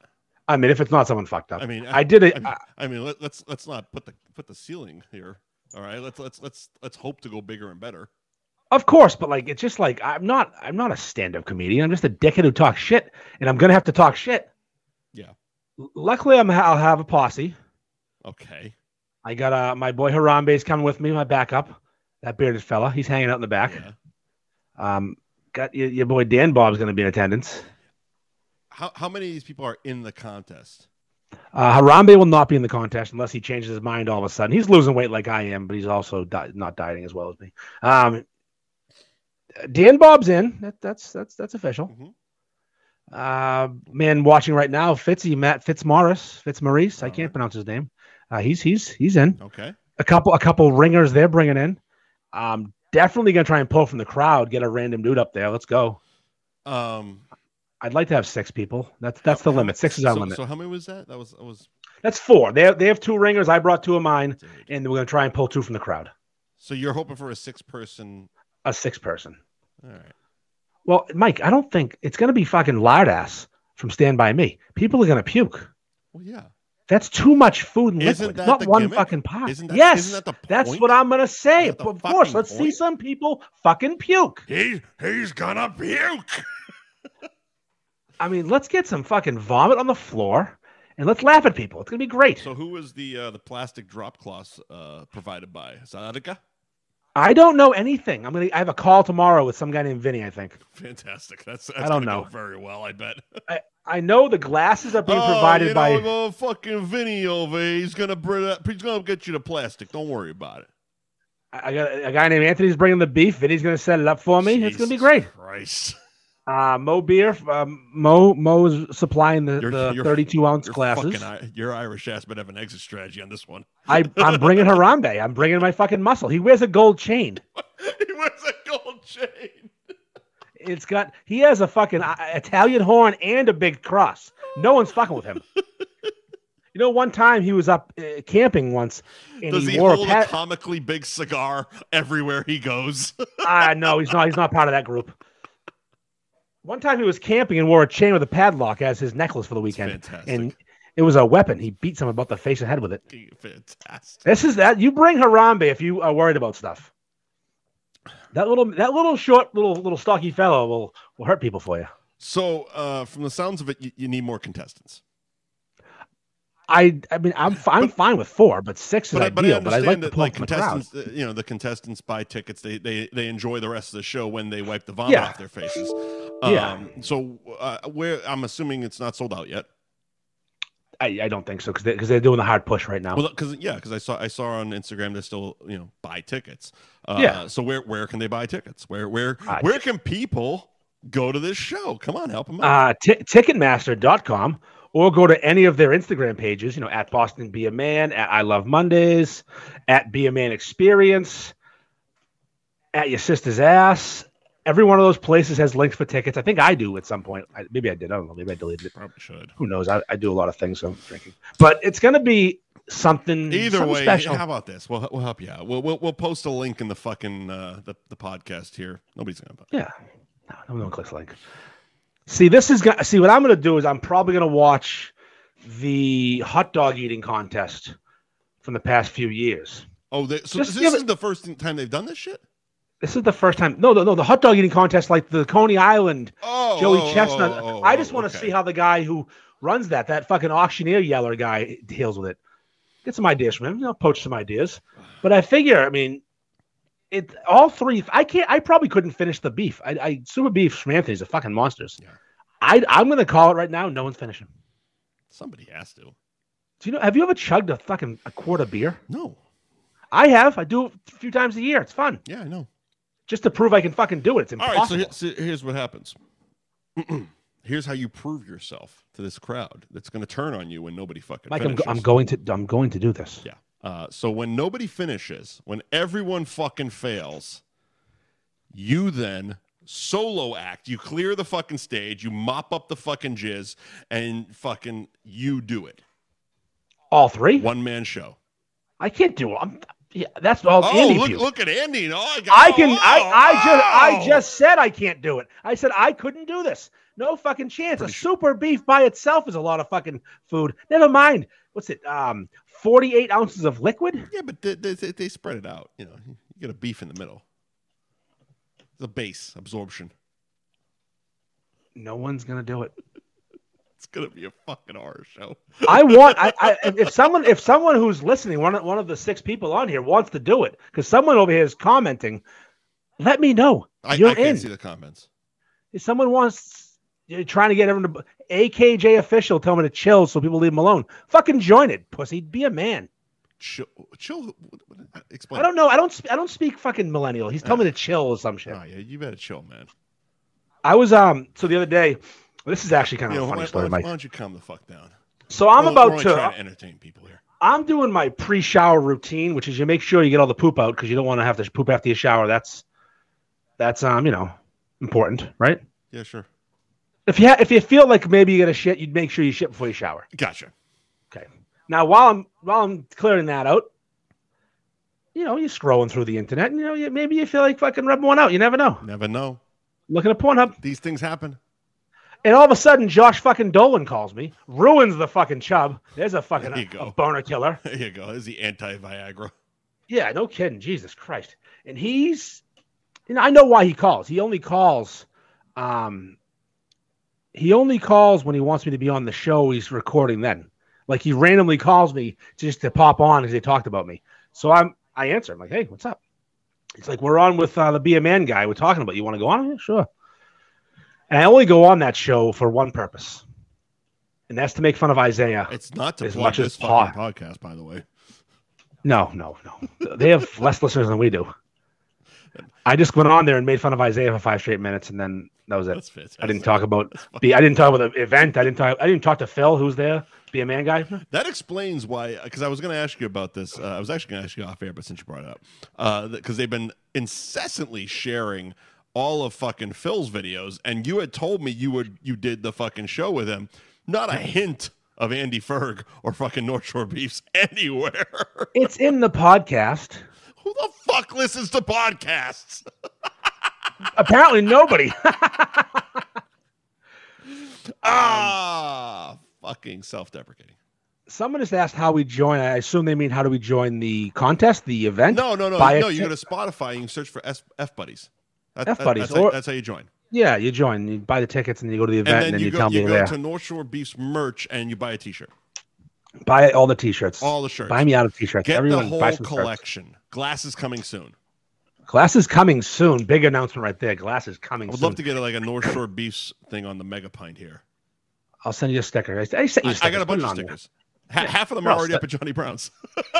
I mean, if it's not someone fucked up, I mean, I did uh, I it. mean, I mean let, let's let's not put the put the ceiling here. All right, let's let's let's let's hope to go bigger and better. Of course, but like it's just like I'm not I'm not a stand-up comedian. I'm just a dickhead who talks shit, and I'm gonna have to talk shit. Yeah. L- Luckily, I'm I'll have a posse. Okay. I got uh my boy Harambe's coming with me, my backup. That bearded fella, he's hanging out in the back. Yeah. Um, got your, your boy Dan Bob's gonna be in attendance. How how many of these people are in the contest? Uh, Harambe will not be in the contest unless he changes his mind all of a sudden. He's losing weight like I am, but he's also di- not dieting as well as me. Um, Dan Bob's in. That, that's that's that's official. Mhm. Uh, man, watching right now, Fitzy Matt Fitzmaurice Fitzmaurice. I All can't right. pronounce his name. Uh, he's he's he's in Okay. a couple a couple ringers they're bringing in. Um, definitely gonna try and pull from the crowd, get a random dude up there. Let's go. Um, I'd like to have six people. That's that's the how- limit. Six is our so, limit. So how many was that? That was that was. That's four. They have, they have two ringers. I brought two of mine, dude. and we're gonna try and pull two from the crowd. So you're hoping for a six person. A six person. All right. Well, Mike, I don't think it's gonna be fucking loud ass from Stand By Me. People are gonna puke. Well, yeah. That's too much food and liquid. Isn't that Not the one gimmick? fucking pot. Isn't that yes, isn't that the point? that's what I'm gonna say. Isn't that the Of course, fucking let's see point? some people fucking puke. He he's gonna puke. I mean, let's get some fucking vomit on the floor, and let's laugh at people. It's gonna be great. So who was the uh, the plastic drop cloth uh, provided by Sadika? I don't know anything. I'm gonna. I have a call tomorrow with some guy named Vinny. I think. Fantastic. That's, that's I don't gonna go know. very well. I bet. I know the glasses are being provided Oh, you by. know, uh, fucking Vinny over. here, He's gonna bring up, he's gonna get you the plastic. Don't worry about it. I I got a guy named Anthony's bringing the beef. Vinny's going to set it up for me. It's going to be Jesus great. Christ, Uh, Mo Beer, um, Mo Mo's supplying the, You're- the you're- 32 ounce your glasses. fucking I- your Irish ass better have an exit strategy on this one. I, I'm bringing Harambe. I'm bringing my fucking muscle. He wears a gold chain. he wears a gold chain. It's got he has a fucking uh, Italian horn and a big cross. No one's fucking with him. You know, one time he was up uh, camping once, and Does he, he wore a hold a pat- comically big cigar everywhere he goes? Ah, no, he's not. He's not part of that group. One time he was camping and wore a chain with a padlock as his necklace for the weekend, fantastic. and it was a weapon. He beat someone about the face and head with it. fantastic. This is that you bring Harambe if you are worried about stuff. That little, that little short, little, little stocky fellow will will hurt people for you. So, uh, from the sounds of it, you, you need more contestants. I I mean I'm f- I'm But- fine with four, but six is But I, but I ideal. But, I understand like to that pull like from the crowd. contestants, uh, you know, the contestants buy tickets. They they they enjoy the rest of the show when they wipe the vomit Yeah. off their faces. Yeah. Um, so uh, where I'm assuming it's not sold out yet. I, I don't think so because they, 'cause they're doing the hard push right now. Well, because yeah, because I saw I saw on Instagram they still you know buy tickets. Uh, Yeah. So where where can they buy tickets? Where where Ah, where can people go to this show? Come on, help them out. uh, t- Ticketmaster.com or go to any of their Instagram pages, you know, at Boston Be a Man, at I Love Mondays, at Be a Man Experience, at Your Sister's Ass. Every one of those places has links for tickets. I think I do at some point. I, maybe I did. I don't know. Maybe I deleted it. Probably should. Who knows? I, I do a lot of things, so I'm drinking. But it's going to be something Either Mm-hmm. something way, special. how about this? We'll we'll help you out. We'll we'll, we'll post a link in the fucking uh, the the podcast here. Nobody's gonna. Yeah. No, no one clicks like. See, this is gonna see what I'm gonna do is I'm probably gonna watch the hot dog eating contest from the past few years. Oh, they, so Just this give is the first time they've done this shit. This is the first time. No, no, no. The hot dog eating contest, like the Coney Island, Oh, Joey oh, Chestnut. oh, oh, I just oh, want to okay. see how the guy who runs that, that fucking auctioneer yeller guy, deals with it. Get some ideas from him. You know, poach some ideas. But I figure, I mean, it all three. I can't. I probably couldn't finish the beef. I, I super beef from Anthony's are fucking monsters. Yeah. I I'm gonna call it right now. No one's finishing. Somebody has to. Do you know? Have you ever chugged a fucking a quart of beer? No. I have. I do it a few times a year. It's fun Yeah, I know. just to prove I can fucking do it. It's All impossible. right. So, he- so here's what happens. here's how you prove yourself to this crowd that's going to turn on you when nobody fucking. Mike, I'm, go- finishes. I'm going to I'm going to do this. Yeah. Uh, so when nobody finishes, when everyone fucking fails, you then solo act. You clear the fucking stage. You mop up the fucking jizz, and fucking you do it. All three? One man show. I can't do. I'm, yeah, that's all. Oh, Andy look, view. look at Andy. Oh, I, got, I can. oh, I I just I wow. just said I can't do it. I said I couldn't do this. No fucking chance. Pretty a sure- super beef by itself is a lot of fucking food. Never mind. What's it? Um, forty-eight ounces of liquid. Yeah, but they, they, they spread it out. You know, you get a beef in the middle. The base absorption. No one's gonna do it. It's gonna be a fucking horror show. I want. I, I if- if someone if someone who's listening, one of, one of the six people on here wants to do it, because someone over here is commenting. Let me know. I, I You're can't in. see the comments. If someone wants you're trying to get everyone to AKJ official tell me to chill so people leave him alone. Fucking join it, pussy. Be a man. Chill, chill. What, what, explain. I don't know. I don't. sp- I don't speak fucking millennial. He's telling me to chill or some shit. Oh, yeah, you better chill, man. I was um. So the other day, this is actually kind You of know, why, a funny why, story, why Mike. don't you calm the fuck down? So We're- I'm we're about only to. trying to entertain people here. I'm doing my pre-shower routine, which is you make sure you get all the poop out because you don't want to have to poop after you shower. That's that's um, you know, important, right? Yeah, sure. If you ha- if you feel like maybe you're gonna shit, you'd make sure you shit before you shower. Gotcha. Now, while I'm while I'm clearing that out, you know, you're scrolling through the internet, and you know, you, maybe you feel like fucking rubbing one out. You never know. Never know. Looking at Pornhub, These things happen. and all of a sudden, Josh fucking Dolan calls me, ruins the fucking chub. There's a fucking There you a go. boner killer. There you go. This is the anti Viagra. Yeah, no kidding. Jesus Christ. And he's, you know, I know why he calls. He only calls, um, he only calls when he wants me to be on the show he's recording then. Like he randomly calls me just to pop on because they talked about me. So I'm, I answer. I'm like, hey, what's up? It's like, we're on with uh, the Be a Man guy. We're talking about you. Want to go on? Yeah, sure. And I only go on that show for one purpose, and that's to make fun of Isaiah. It's not to As plug much as this fucking podcast, by the way. No, no, no. They have less listeners than we do. I just went on there and made fun of Isaiah for five straight minutes, and then that was it. That's fantastic. I didn't talk about the. I didn't talk about the event. I didn't talk. I didn't talk to Phil, who's there, be a man guy. That explains why, because I was going to ask you about this. Uh, I was actually going to ask you off air, but since you brought it up, because they've been incessantly sharing all of fucking Phil's videos, and you had told me you would you did the fucking show with him. Not a hint of Andy Ferg or fucking North Shore Beefs anywhere. It's in the podcast. Who the fuck listens to podcasts? Apparently, nobody. Ah, fucking self-deprecating. Someone just asked how we join. I assume they mean how do we join the contest, the event. No, no, no, Buy a no. You ti- go to Spotify and you search for S- F Buddies. That- F that- buddies, That's, how, or- that's how you join. Yeah, you join, you buy the tickets, and you go to the event, And and then you, you, go, tell me you you're go there. to North Shore Beast merch and you buy a T-shirt. buy all the t-shirts. All the shirts. buy me out of t-shirts. Get Everyone the whole buy some shirts. collection. Glass is coming soon. Glass is coming soon. Big announcement right there. Glass is coming I would soon. love to get like a North Shore Beast thing on the Mega Pint here. I'll send you a sticker. I, I sent I, you I stickers. got a Put bunch it of on there. stickers. Ha- half of them are They're all already up set. at Johnny Brown's.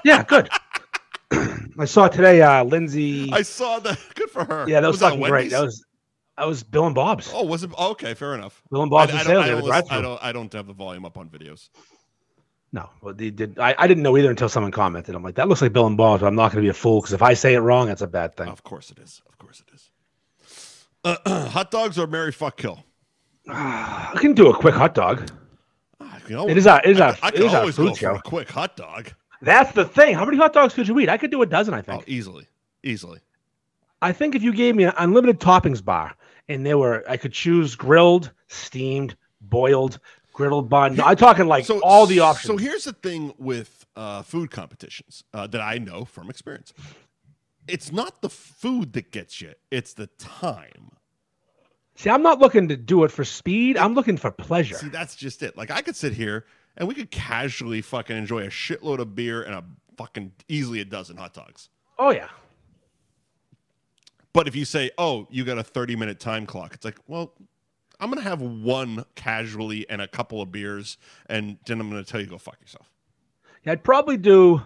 Yeah, good. I saw today uh Lindsay. I saw that. Good for her. yeah, that was, at fucking great. Wendy's? That was that was Bill and Bob's. Oh, was it? oh, okay, fair enough. Bill and I, I Bob's don't, and I, sales. They don't, were listen- I drive-through. don't. I don't have the volume up on videos. No, well, they did. I, I didn't know either until someone commented. I'm like, that looks like Bill and Bob's. But I'm not going to be a fool because if I say it wrong, that's a bad thing. Of course it is. Of course it is. hot dogs or Mary fuck kill. I can do a quick hot dog. I can always, It is our it is I, our, can- I it can is our always go food for show. a quick hot dog. That's the thing. How many hot dogs could you eat? I could do a dozen. I Oh, think. easily, easily. I think if you gave me an unlimited toppings bar and there were, I could choose grilled, steamed, boiled, griddled bun. I'm talking like all the options. So here's the thing with uh, food competitions uh, that I know from experience. It's not the food that gets you; it's the time. See, I'm not looking to do it for speed. I'm looking for pleasure. See, that's just it. Like I could sit here and we could casually fucking enjoy a shitload of beer and a fucking easily a dozen hot dogs. oh yeah, But if you say, "Oh, you got a 30-minute time clock," it's like, well. I'm gonna have one casually and a couple of beers, and then I'm gonna tell you to go fuck yourself. yeah. I'd probably do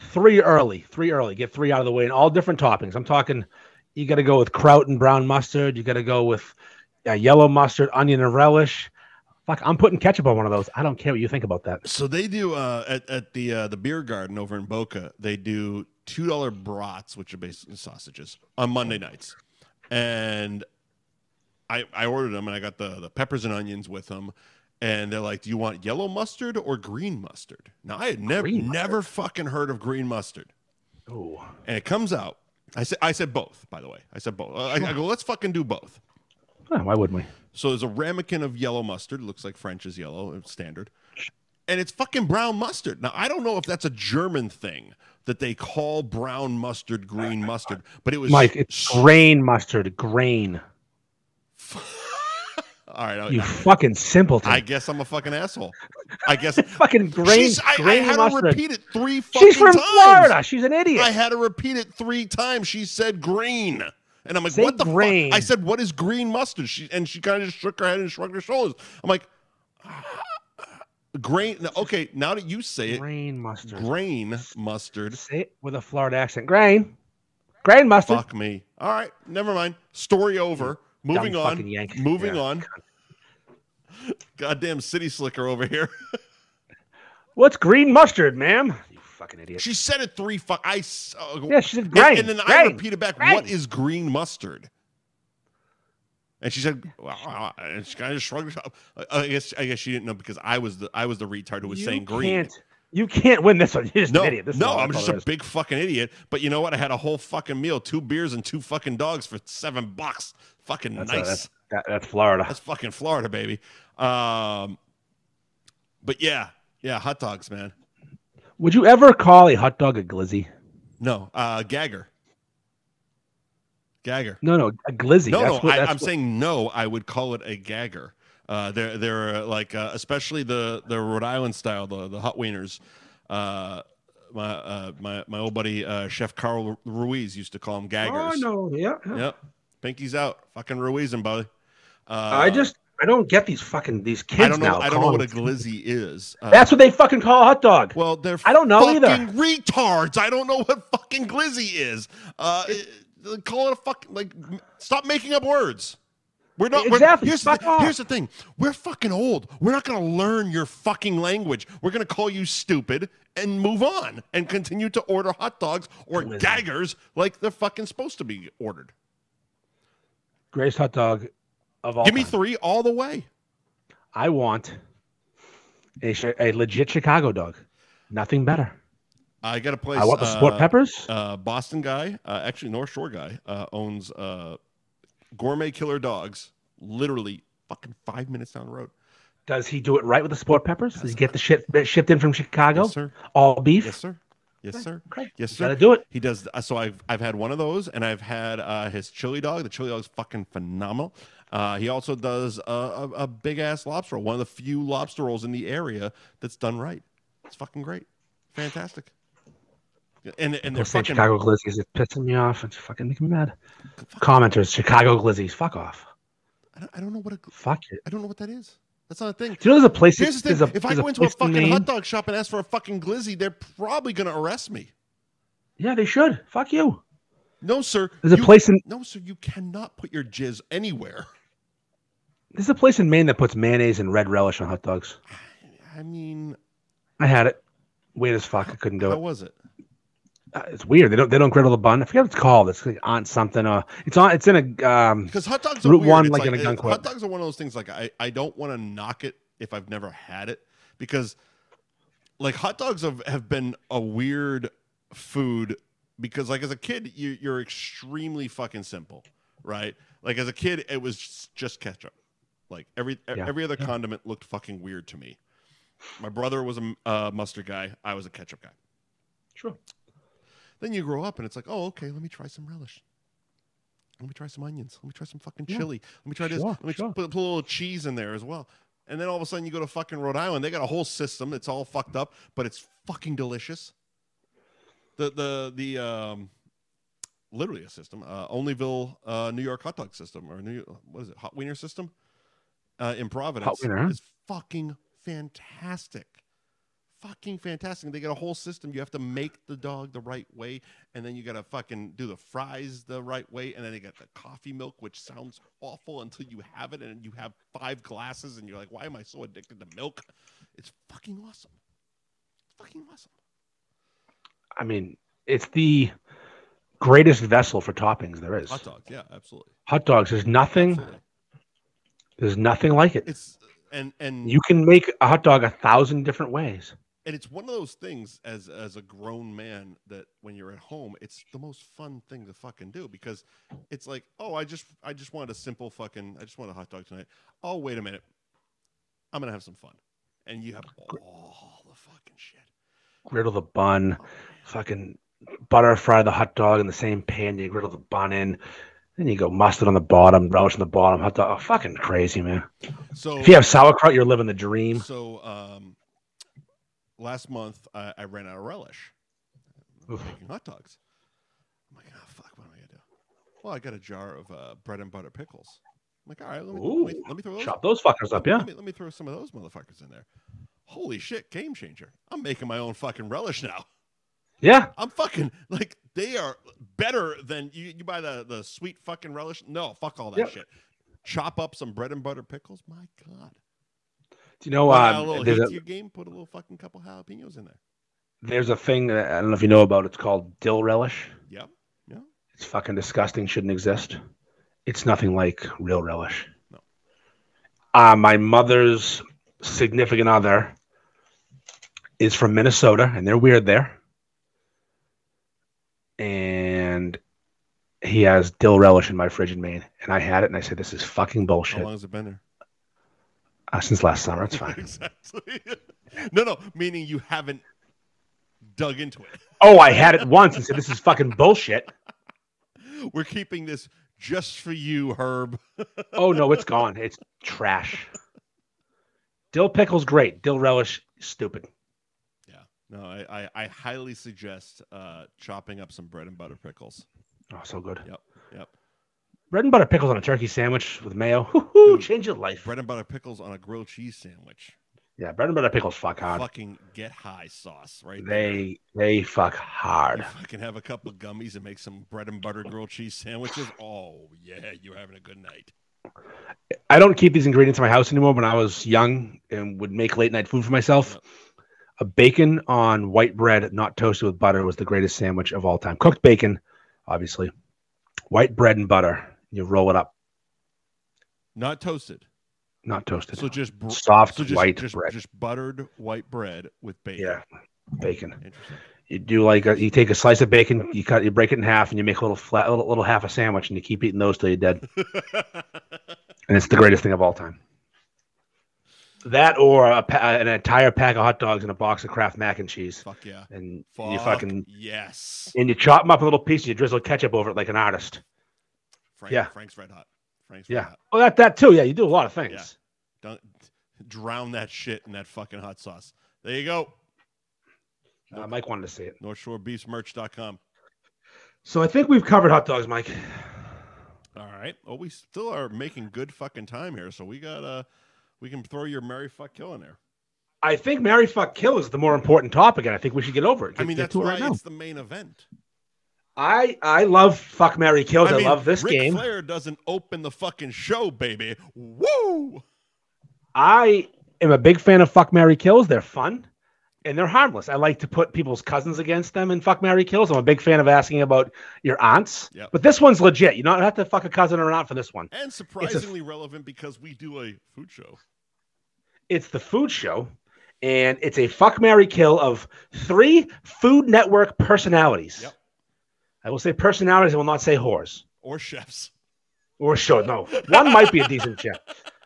three early, three early. Get three out of the way and all different toppings. I'm talking. You got to go with kraut and brown mustard. You got to go with uh, yellow mustard, onion and relish. Fuck, I'm putting ketchup on one of those. I don't care what you think about that. So they do uh, at at the uh, the beer garden over in Boca. They do two dollar brats, which are basically sausages, on Monday nights, and I I ordered them and I got the the peppers and onions with them, and they're like, "Do you want yellow mustard or green mustard?" Now I had never Green mustard? never fucking heard of green mustard, Ooh. and it comes out. I said I said both. By the way, I said both. I, I go, let's fucking do both. Huh, why wouldn't we? So there's a ramekin of yellow mustard. Looks like French is yellow, it's standard. And it's fucking brown mustard. Now I don't know if that's a German thing that they call brown mustard green mustard, but it was Mike, it's grain mustard. Grain. All right, I- You fucking simpleton. Oh, I guess I'm a fucking asshole. I guess fucking grain. She's- I, I grain had mustard. to repeat it three fucking She's from times. Florida. She's an idiot. I had to repeat it three times. She said green. And I'm like, Say what the grain. fuck? I said, what is green mustard? She and she kind of just shook her head and shrugged her shoulders. I'm like, "Ah, grain. no, Okay, now that you say it, grain mustard. grain mustard. Say it with a Florida accent. Grain. Grain mustard. Fuck me. All right, never mind. Story over. Moving Dumb on. fucking Yank. Moving Yeah. on. Goddamn city slicker over here. What's green mustard, ma'am? You fucking idiot. She said it three fuck. I s- uh, yeah, she said And- grain. And, then I grain. repeated back, Grain. "What is green mustard?" And she said, wow, and she kind of shrugged. her shou- I I guess I guess she didn't know because I was the I was the retard who was you saying green. Can't, you can't win this one. You're just No, an idiot. This is no, all I'm that's just all a there big fucking idiot. But you know what? I had a whole fucking meal, two beers and two fucking dogs for seven bucks. Fucking That's a- nice. is. That- that's Florida. That's fucking Florida, baby. Um, but yeah, yeah, hot dogs, man. Would you ever call a hot dog a glizzy? No, uh, Gagger, Gagger. No, no, a glizzy. No, that's no, what, I, that's I'm what- saying no. I would call it a gagger. Uh, they're they're uh, like uh, especially the the Rhode Island style, the the hot wieners. Uh, my uh, my my old buddy uh, Chef Carl Ruiz used to call them gaggers. Oh no, yeah. yeah. Yep, pinkies out, fucking Ruizing, buddy. Uh, I just I don't get these fucking these kids I don't know now. I don't know what a calling- glizzy is. Uh, That's what they fucking call a hot dog. well, they're I don't know either. fucking retards. I don't know what fucking glizzy is. Uh, it- call it a fucking like. m- Stop making up words. We're not. Exactly. We're, here's, Fuck the, off. here's the thing. We're fucking old. We're not going to learn your fucking language. We're going to call you stupid and move on and continue to order hot dogs or Glizzy. daggers like they're fucking supposed to be ordered. Grace hot dog of all. Give me time. three all the way. I want a, chi- a legit Chicago dog. Nothing better. I got a place. I want the sport uh, peppers. uh, Boston guy, uh, actually North Shore guy, uh, owns uh, Gourmet Killer Dogs, literally fucking five minutes down the road. Does he do it right with the sport peppers? Does he get the shit shipped in from Chicago? Yes, sir. All beef, Yes, sir. Yes, sir. Okay. Yes, Gotta sir. do it. He does. uh, So I've I've had one of those, and I've had uh, his chili dog. The chili dog's fucking phenomenal. Uh, he also does a, a, a big ass lobster roll, one of the few lobster rolls in the area that's done right. It's fucking great, fantastic. And and They're they're saying fucking Chicago glizzies. It's pissing me off. It's fucking making me mad. Commenters, Chicago glizzies. Fuck off. I don't, I don't know what a, gl- Fuck it. I don't know what that is. That's not a thing. Do you know there's a place? Here's the there's thing: a- if I there's go into a place in fucking Maine- hot dog shop and ask for a fucking glizzy, they're probably gonna arrest me. yeah, they should. Fuck you. No, sir. There's a you- place in No, sir. You cannot put your jizz anywhere. there's a place in Maine that puts mayonnaise and red relish on hot dogs. I mean, I had it. Weird as fuck. I couldn't do how it. was it? Uh, It's weird. They don't. They don't griddle the bun. I forget what it's called. It's like on something. Uh, it's on. It's in a. Um, Because hot dogs are Route weird. one, It's like in a it- gun hot club. dogs are one of those things. Like I, I don't want to knock it if I've never had it because, like, hot dogs have, have been a weird food because, like, as a kid, you, you're extremely fucking simple, right? Like as a kid, it was just ketchup. Like every e- Yeah. every other Yeah. condiment looked fucking weird to me. My brother was a m- uh, mustard guy. I was a ketchup guy. sure. Then you grow up and it's like, oh, okay, let me try some relish. Let me try some onions. Let me try some fucking Yeah. chili. Let me try this. Sure, Let me sure. put, put a little cheese in there as well. And then all of a sudden you go to fucking Rhode Island. They got a whole system. It's all fucked up, but it's fucking delicious. The the the um literally a system. Uh Onlyville uh New York hot dog system or New what is it? Hot wiener system uh in Providence wiener, huh? is fucking fantastic. Fucking fantastic. They got a whole system. You have to make the dog the right way and then you gotta fucking do the fries the right way, and then you got the coffee milk, which sounds awful until you have it, and you have five glasses, and you're like, why am I so addicted to milk? It's fucking awesome. It's fucking awesome. I mean, it's the greatest vessel for toppings there is. Hot dogs, yeah, absolutely. Hot dogs. There's nothing. absolutely. There's nothing like it. It's and and You can make a hot dog a thousand different ways. and it's one of those things as as a grown man that when you're at home it's the most fun thing to fucking do because it's like oh i just i just wanted a simple fucking i just wanted a hot dog tonight oh wait a minute i'm gonna have some fun and you have all the fucking shit Griddle the bun. Oh, man. fucking butter fry the hot dog in the same pan. You griddle the bun in. Then you go mustard on the bottom, relish on the bottom. Hot dog. Oh, fucking crazy, man. so If you have sauerkraut, you're living the dream. so um last month I, I ran out of relish I'm Oof. making hot dogs i'm like oh fuck what am i gonna do well i got a jar of uh, bread and butter pickles i'm like all right let me, let me, Ooh, let me throw those Chop those fuckers up, yeah. Let me, let me throw some of those motherfuckers in there. Holy shit, game changer. I'm making my own fucking relish now. Yeah. I'm fucking like they are better than you, you buy the, the sweet fucking relish. No, fuck all that Yep. shit. Chop up some bread and butter pickles. My God. Do you know Wanna add a uh, little there's heat a to your game. Put a little fucking couple jalapenos in there. there's a thing that I don't know if you know about. It's called dill relish. Yep. It's fucking disgusting. Shouldn't exist. It's nothing like real relish. No. Uh, my mother's significant other is from Minnesota, and they're weird there. And he has dill relish in my fridge in Maine, and I had it, and I said, "This is fucking How bullshit." long has it been there? Uh, since last summer, it's fine. exactly. no, no, meaning you haven't dug into it. oh, I had it once and said, "This is fucking bullshit." We're keeping this just for you, Herb. Oh no, it's gone. It's trash. Dill pickle's great. Dill relish, stupid. No, I, I, I highly suggest uh, chopping up some bread and butter pickles. Oh, so good. Yep, yep. Bread and butter pickles on a turkey sandwich with mayo. Hoo-hoo, Dude, change your life. Bread and butter pickles on a grilled cheese sandwich. yeah, bread and butter pickles fuck hard. Fucking get high sauce, right? they they fuck there. hard. You fucking have a couple of gummies and make some bread and butter grilled cheese sandwiches. Oh yeah, you're having a good night. I don't keep these ingredients in my house anymore. When I was young and would make late night food for myself, Yep. a bacon on white bread, not toasted with butter, was the greatest sandwich of all time. Cooked bacon, obviously, white bread and butter. You roll it up, Not toasted, not toasted. so just br- Soft so just, white just, bread. just buttered white bread with bacon. yeah, bacon. Interesting. you do like a, you take a slice of bacon, you cut, you break it in half, and you make a little flat, little, little half a sandwich, and you keep eating those till you're dead. and it's the greatest thing of all time. That or a, pa- an entire pack of hot dogs and a box of Kraft mac and cheese, Fuck yeah. and Fuck you fucking yes. and you chop them up in little pieces. You drizzle ketchup over it like an artist. Frank, yeah. Frank's red hot. Frank's Yeah. red hot. Oh, that that too. Yeah, you do a lot of things. Yeah. Don't drown that shit in that fucking hot sauce. There you go. Uh, Mike wanted to see it. NorthshoreBeefsMerch.com. So I think we've covered hot dogs, Mike. All right. Well, we still are making good fucking time here, so we got uh we can throw your merry fuck kill in there. I think marry, fuck, kill is the more important topic, and I think we should get over it. I mean, Get that's to it why now. it's the main event. I I love fuck, marry, kill. Oh, I, mean, love this Ric game. Flair doesn't open the fucking show, baby. Woo! I am a big fan of fuck, marry, kills. They're fun and they're harmless. I like to put people's cousins against them in fuck, marry, kills. I'm a big fan of asking about your aunts. Yep. But this one's legit. You don't have to fuck a cousin or an aunt for this one. And surprisingly relevant because we do a food show. It's the food show, and it's a fuck, marry, kill of three Food Network personalities. Yep. I will say personalities. I will not say whores. Or chefs. Or Oh, sure, no. One might be a decent chef.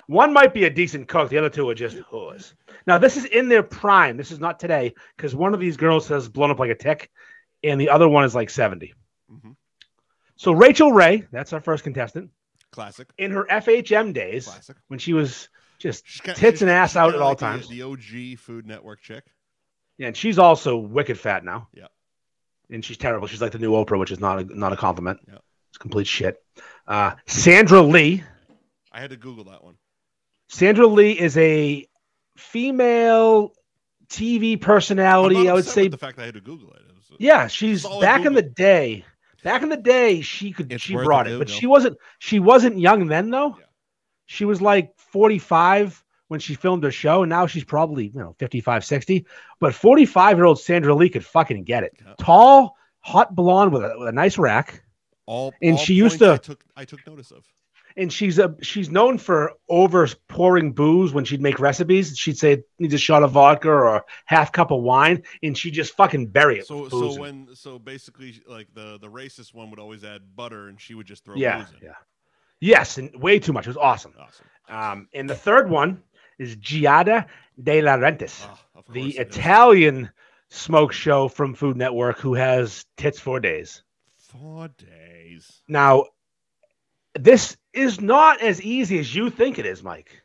One might be a decent cook. The other two are just whores. Now this is in their prime. This is not today because one of these girls has blown up like a tick, and the other one is like seventy. Mhm. So Rachel Ray, that's our first contestant, Classic. in her FHM days Classic. when she was just She's kinda- Tits she's- and ass she's out kinda at all like the- times. The OG Food Network chick. yeah, and she's also wicked fat now. Yeah. and she's terrible. She's like the new Oprah, which is not a, not a compliment. Yeah. it's complete shit. Uh, Sandra Lee, I had to Google that one. Sandra Lee is a female TV I'm personality. not I would upset say, with the fact that I had to Google it. It was- yeah, she's Solid back in Google. the day. Back in the day, she could It's she worth a brought it, but Google. she wasn't she wasn't young then though. Yeah. She was like 45 when she filmed her show, and now she's probably you know 55, 60. But 45 year old Sandra Lee could fucking get it. Yeah. Tall, hot blonde with a, with a nice rack. all And all she used points I to- took I took notice of. and she's a she's known for over pouring booze when she'd make recipes. She'd say need a shot of vodka or a half cup of wine, and she just fucking bury it. So with booze so in. when so basically like the the racist one would always add butter and she would just throw yeah, booze in. yeah, yes, and way too much. It was awesome. Awesome. Um, and the third one is Giada De Laurentiis, Ah, of the course it is. Italian smoke show from Food Network, who has tits for days. Four days. Now, this is not as easy as you think it is, Mike.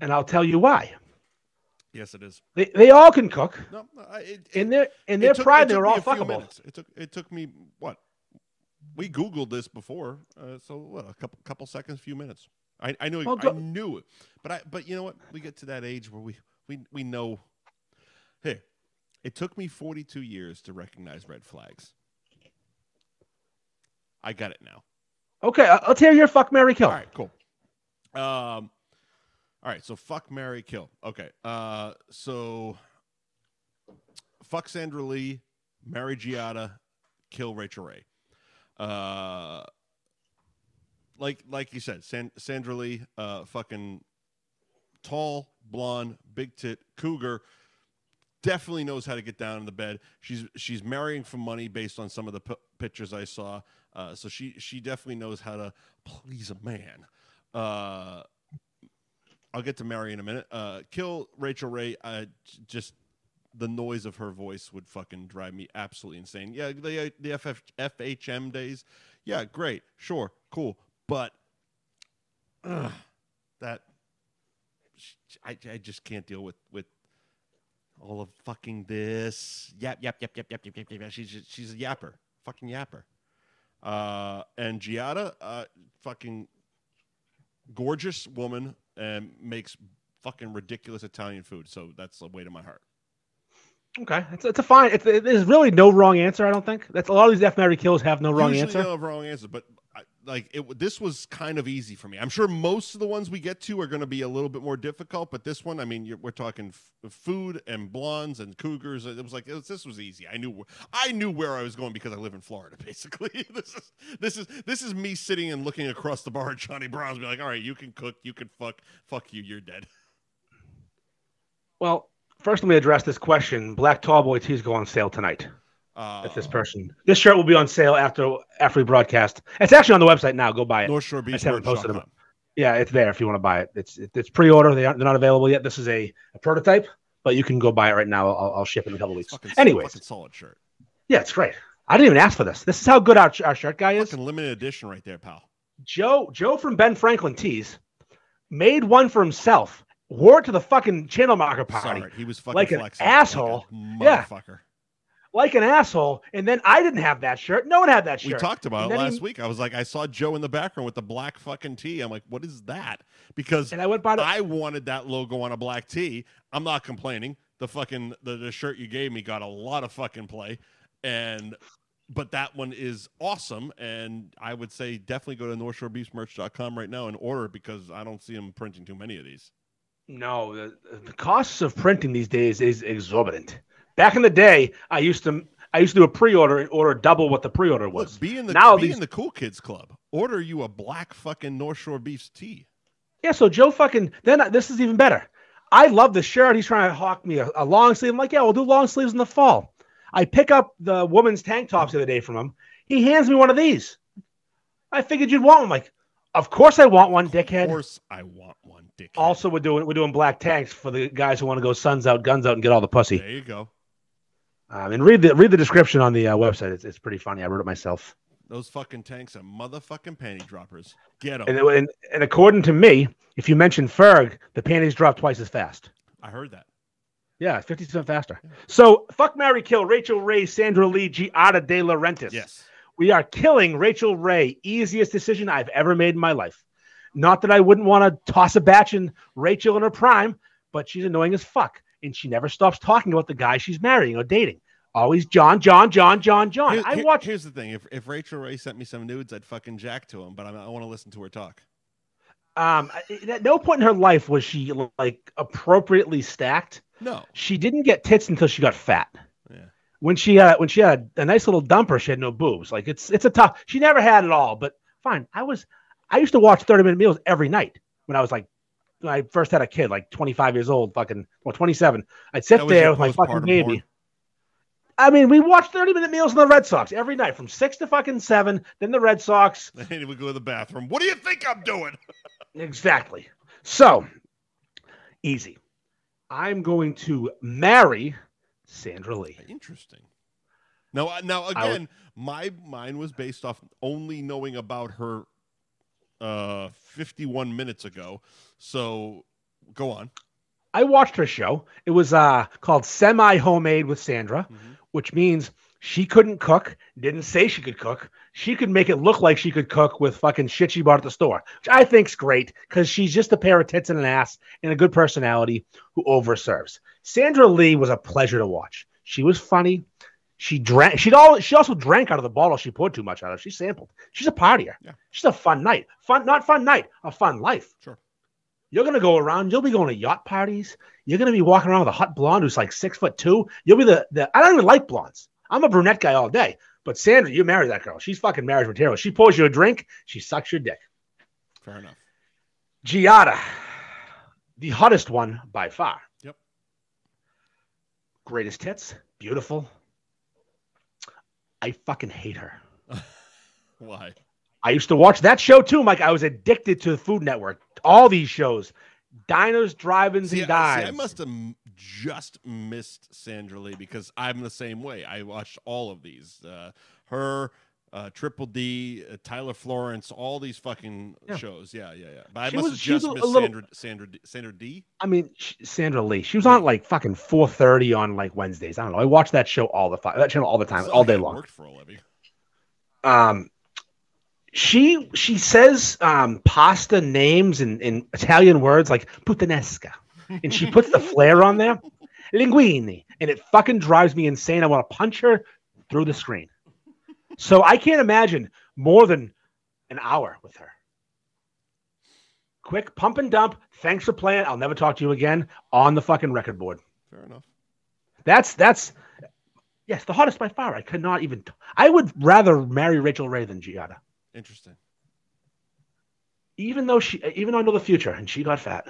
And I'll tell you why. Yes, it is. They, they all can cook. No, no, I- it, In it- their it in their took- it pride, they took were me all a few fuckable. minutes. It took it took me what? We Googled this before, uh, so what? A couple couple seconds, few minutes. I, I knew it- Well, I go- knew it, but I but you know what? We get to that age where we we we know. Hey, it took me forty two years to recognize red flags. I got it now. Okay, uh, I- I'll tell you your fuck Mary Kill. All right, cool. Um, all right, so fuck Mary Kill. Okay, uh, so fuck Sandra Lee, Mary Giada, kill Rachel Ray. Uh, like like you said, San- Sandra Lee, uh, fucking tall, blonde, big tit, cougar. Definitely knows how to get down in the bed. She's she's marrying for money based on some of the p- pictures I saw. Uh, so she she definitely knows how to please a man. Uh, I'll get to Mary in a minute. Uh, kill Rachel Ray. Uh, j- just the noise of her voice would fucking drive me absolutely insane. Yeah, the uh, the FF, FHM days. Yeah, great, sure, cool, but ugh, that sh- I, I just can't deal with with all of fucking this. Yap yap yap yap yap yap yap. yap, yap. She's just- she's a yapper, fucking yapper. Uh, and Giada, uh, fucking gorgeous woman, and makes fucking ridiculous Italian food. So that's the weight of my heart. Okay, it's, it's a fine. It's, it- there's really no wrong answer. I don't think that's a lot of these F Mary Kills have no wrong Usually answer. they'll have wrong answer, but I, like it, w- this was kind of easy for me. I'm sure most of the ones we get to are going to be a little bit more difficult, but this one, I mean, you're, we're talking f- food and blondes and cougars. It was like it was, this was easy. I knew wh- I knew where I was going because I live in Florida. Basically, this is this is this is me sitting and looking across the bar at Johnny Brown's, be like, all right, you can cook, you can fuck, fuck you, you're dead. Well, first let me address this question. Black Tallboy tees go on sale tonight. Uh, If this person, this shirt will be on sale after after we broadcast. It's actually on the website now. Go buy it. North Shore Beach. haven't posted them. Yeah, it's there if you want to buy it. It's it's pre-order. They aren't, they're not available yet. This is a, a prototype, but you can go buy it right now. I'll, I'll ship it in a couple weeks. Fucking, Anyways, fucking solid shirt. yeah, it's great. I didn't even ask for this. This is how good our, our shirt guy is. Fucking limited edition right there, pal. Joe Joe from Ben Franklin Tees made one for himself. Wore it to the fucking channel marker party Sorry, he was fucking Like an flexing. asshole. Like Yeah. a motherfucker. like an asshole, and then I didn't have that shirt. No one had that We shirt. talked about And it then he- last week. I was like, I saw Joe in the background with the black fucking tee. I'm like, what is that? Because and I went by the I wanted that logo on a black tee. I'm not complaining. The fucking the, the shirt you gave me got a lot of fucking play, and but that one is awesome. And I would say definitely go to NorthshoreBeefsMerch.com right now and order it because I don't see them printing too many of these. No, the, the costs of printing these days is exorbitant. Back in the day, I used to I used to do a pre-order and order double what the pre-order was. Look, be in the now be these- in the cool kids club. Order you a black fucking North Shore Beefs tee. Yeah, so Joe fucking then I, this is even better. I love the shirt. He's trying to hawk me a, a long sleeve. I'm like, yeah, we'll do long sleeves in the fall. I pick up the woman's tank tops the other day from him. He hands me one of these. I figured you'd want one. I'm like, of course I want one, Of dickhead. course, I want one, dickhead. Also, we're doing we're doing black tanks for the guys who want to go suns out, guns out, and get all the pussy. there you go. Um, and read the read the description on the uh, website. It's, it's pretty funny. I wrote it myself. Those fucking tanks are motherfucking panty droppers. Get them. And, it- and and according to me, if you mention Ferg, the panties drop twice as fast. I heard that. Yeah, fifty percent faster. So fuck Mary Kill, Rachel Ray, Sandra Lee, Giada De Laurentiis. Yes. We are killing Rachel Ray. Easiest decision I've ever made in my life. Not that I wouldn't want to toss a batch in Rachel in her prime, but she's annoying as fuck. And she never stops talking about the guy she's marrying or dating. Always John, John, John, John, John. Here- I here- watch Here's the thing: if if Rachel Ray sent me some nudes, I'd fucking jack to him. But I'm, I want to listen to her talk. Um, I- at no point in her life was she like appropriately stacked. No, She didn't get tits until she got fat. Yeah. When she had when she had a nice little dumper, she had no boobs. Like it's it's a tough. She never had it all, but fine. I was I used to watch thirty minute meals every night when I was like when I first had a kid, like twenty five years old, fucking well twenty seven. I'd sit That was your there with my fucking postpartum baby. porn? I mean, we watched thirty minute meals on the Red Sox every night from six to fucking seven. Then the Red Sox, then he would go to the bathroom. What do you think I'm doing? Exactly. So easy. I'm going to marry Sandra Lee. Interesting. Now, I- now I would- again, my mine was based off only knowing about her uh 51 minutes ago. So go on. I watched her show. It was uh, called Semi Homemade with Sandra, Mhm. which means she couldn't cook, didn't say she could cook. She could make it look like she could cook with fucking shit she bought at the store, which I think's great because she's just a pair of tits and an ass and a good personality who overserves. Sandra Lee was a pleasure to watch. She was funny. She drank. She'd all. She also drank out of the bottle. She poured too much out of. She sampled. She's a partier. Yeah. She's a fun night. Fun, not fun night. A fun life. Sure. You're gonna go around. You'll be going to yacht parties. You're gonna be walking around with a hot blonde who's like six foot two. You'll be the the. I don't even like blondes. I'm a brunette guy all day. But Sandra, you marry that girl. She's fucking marriage material. She pours you a drink. She sucks your dick. Fair enough. Giada, the hottest one by far. Yep. Greatest hits, beautiful. I fucking hate her. Why? I used to watch that show too, Mike. I was addicted to the Food Network. All these shows, diners, drive-ins, See, and I, dives. see, I must have m- just missed Sandra Lee because I'm the same way. I watched all of these. Uh, her, uh, Triple D, uh, Tyler Florence, all these fucking Yeah. shows. Yeah, yeah, yeah. But I She must was- have she was just a missed little- Sandra, Sandra, D- Sandra D. I mean, sh- Sandra Lee. She was on at, like fucking four thirty on like Wednesdays. I don't know. I watched that show all the fi- that channel all the time, Sounds all like day it long. Worked for a living. um she she says um pasta names in, in Italian words like puttanesca and she puts the flair on there linguini and it fucking drives me insane I want to punch her through the screen so I can't imagine more than an hour with her quick pump and dump thanks for playing I'll never talk to you again on the fucking record board Fair enough. that's that's yes the hottest by far I could not even t- I would rather marry Rachel Ray than Giada Interesting. even though she even though I know the future and she got fat.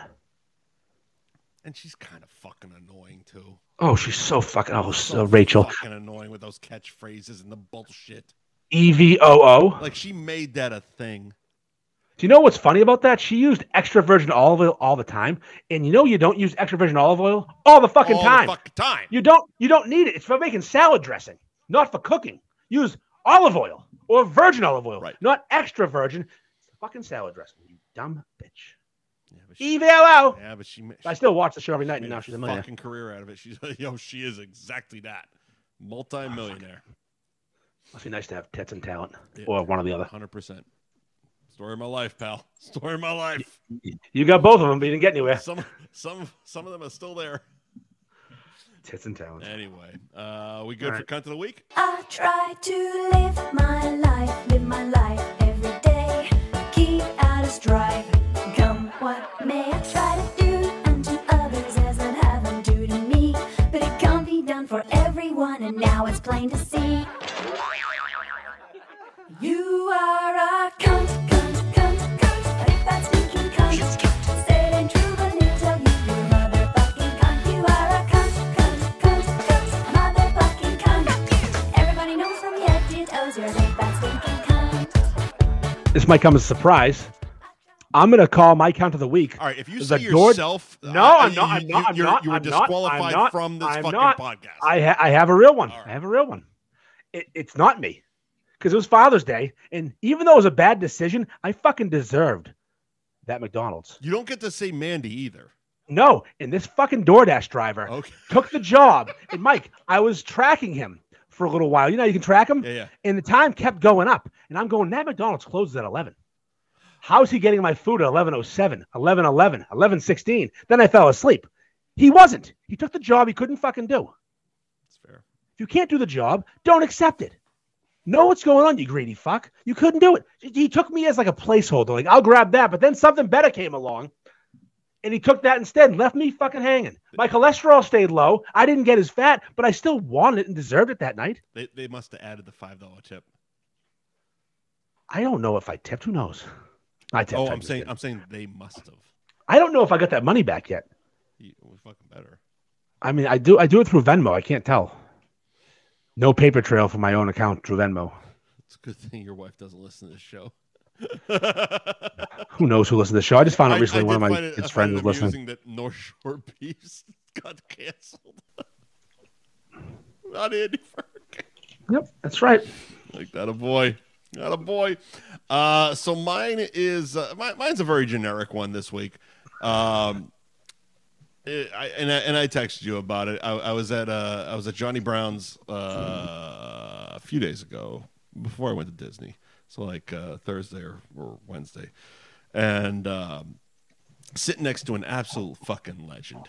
And she's kind of fucking annoying too. Oh, she's so fucking oh So so Rachel. Fucking annoying with those catchphrases and the bullshit. E V O O. Like she made that a thing. Do you know what's funny about that? She used extra virgin olive oil all the time, and you know you don't use extra virgin olive oil all the fucking All the time. fucking time. You don't you don't need it. It's for making salad dressing, not for cooking. Use olive oil or virgin olive oil, Right. not extra virgin. Fucking salad dressing, you dumb bitch. Yeah, but she, Evil out. yeah, but she, ma- e- I she still watch the show every night, and made now a she's a millionaire. fucking career out of it. She's yo, she is exactly that. Multi-millionaire. Must be nice to have tits and talent, Yeah. or one or the other. Hundred percent. Story of my life, pal. Story of my life. You got both of them, but you didn't get anywhere. Some, some, some of them are still there. Tits and talent. Anyway, uh, we good All for right. cunt of the week? I try to live my life, live my life every day. Keep out of strife, come what may. I try to do unto others as I'd have them do to me. But it can't be done for everyone, and now it's plain to see. You are a cunt, cunt, cunt, cunt. A big fat stinking cunt. Said and true, but he'll tell you you're a motherfucking cunt. You are a cunt, cunt, cunt, cunt. A motherfucking cunt. Everybody knows from oh, your dittos you're a big fat stinking cunt. This might come as a surprise. I'm gonna call my count of the week. All right, if you The see door- yourself, No, I'm not- I'm not- I'm you're, not- You were I'm not- I'm disqualified not- from this I'm fucking not- podcast. I ha- I have a real one. All right. I have a real one. It, it's not me because it was Father's Day, and even though it was a bad decision, I fucking deserved that McDonald's. you don't get to say Mandy either. No, and this fucking DoorDash driver Okay. took the job. And Mike, I was tracking him for a little while. You know, how you can track him, Yeah, yeah. and the time kept going up. And I'm going, that McDonald's closes at 11. How's he getting my food at 11.07, 11.11, 11.16? Then I fell asleep. He wasn't. He took the job he couldn't fucking do. That's fair. If you can't do the job, don't accept it. Know what's going on, you greedy fuck. You couldn't do it. He took me as like a placeholder, like I'll grab that, but then something better came along. And he took that instead and left me fucking hanging. My cholesterol stayed low. I didn't get as fat, but I still wanted it and deserved it that night. They, they must have added the five dollar tip. I don't know if I tipped. Who knows? I tipped. oh, I I'm just saying did. I'm saying they must have. I don't know if I got that money back yet. You- We fucking better. I mean, I do. I do it through Venmo. I can't tell. No paper trail from my own account through Venmo. It's a good thing your wife doesn't listen to this show. Who knows who listened to the show? I just found out recently one of did my find it- I kids' find friends it was listening. amusing that North Shore Beefs got canceled. Not Andy Furk. Yep, that's right. Like that a boy. Not a boy. Uh, so mine is uh, my, mine's a very generic one this week. Um, it, I, and I and I texted you about it. I, I was at uh, I was at Johnny Brown's uh, a few days ago before I went to Disney. So like uh, Thursday or, or Wednesday, and um, sitting next to an absolute fucking legend.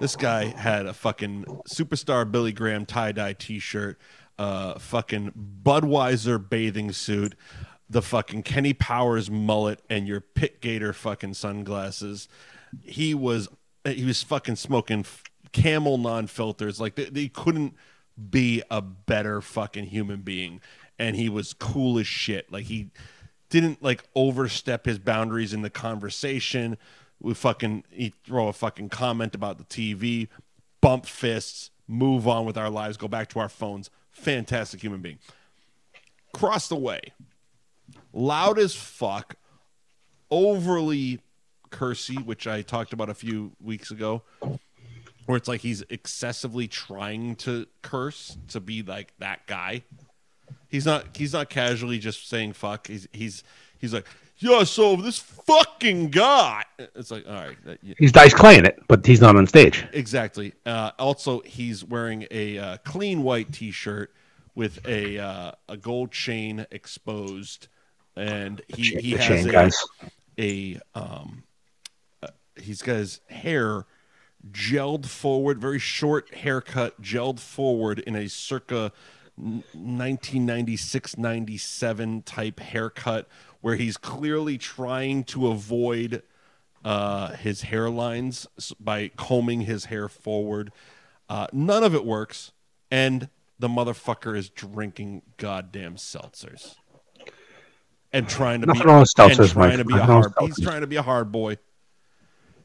This guy had a fucking superstar Billy Graham tie dye t shirt, uh, fucking Budweiser bathing suit, the fucking Kenny Powers mullet, and your pit gator fucking sunglasses. He was he was fucking smoking f- camel non filters. Like they, they couldn't be a better fucking human being. And he was cool as shit. Like he didn't like overstep his boundaries in the conversation. We fucking he throw a fucking comment about the TV, bump fists, move on with our lives, go back to our phones. Fantastic human being. Cross the way, loud as fuck, overly cursy, which I talked about a few weeks ago, where it's like he's excessively trying to curse to be like that guy. He's not he's not casually just saying fuck. He's he's he's like, yeah, so this fucking guy. It's like, all right, that, He's Dice Clay in it, but he's not on stage. Exactly. Uh, also, he's wearing a uh, clean white T-shirt with a uh, a gold chain exposed, and he he the has chain, a, guys. a um, uh, he's got his hair gelled forward, very short haircut, gelled forward in a circa 1996 97 type haircut where he's clearly trying to avoid uh, his hairlines s- by combing his hair forward. Uh, none of it works. And the motherfucker is drinking goddamn seltzers and trying to Nothing be, wrong with and seltzers, trying Mike. to be a Nothing wrong with hard, he's seltzers. trying to be a hard boy.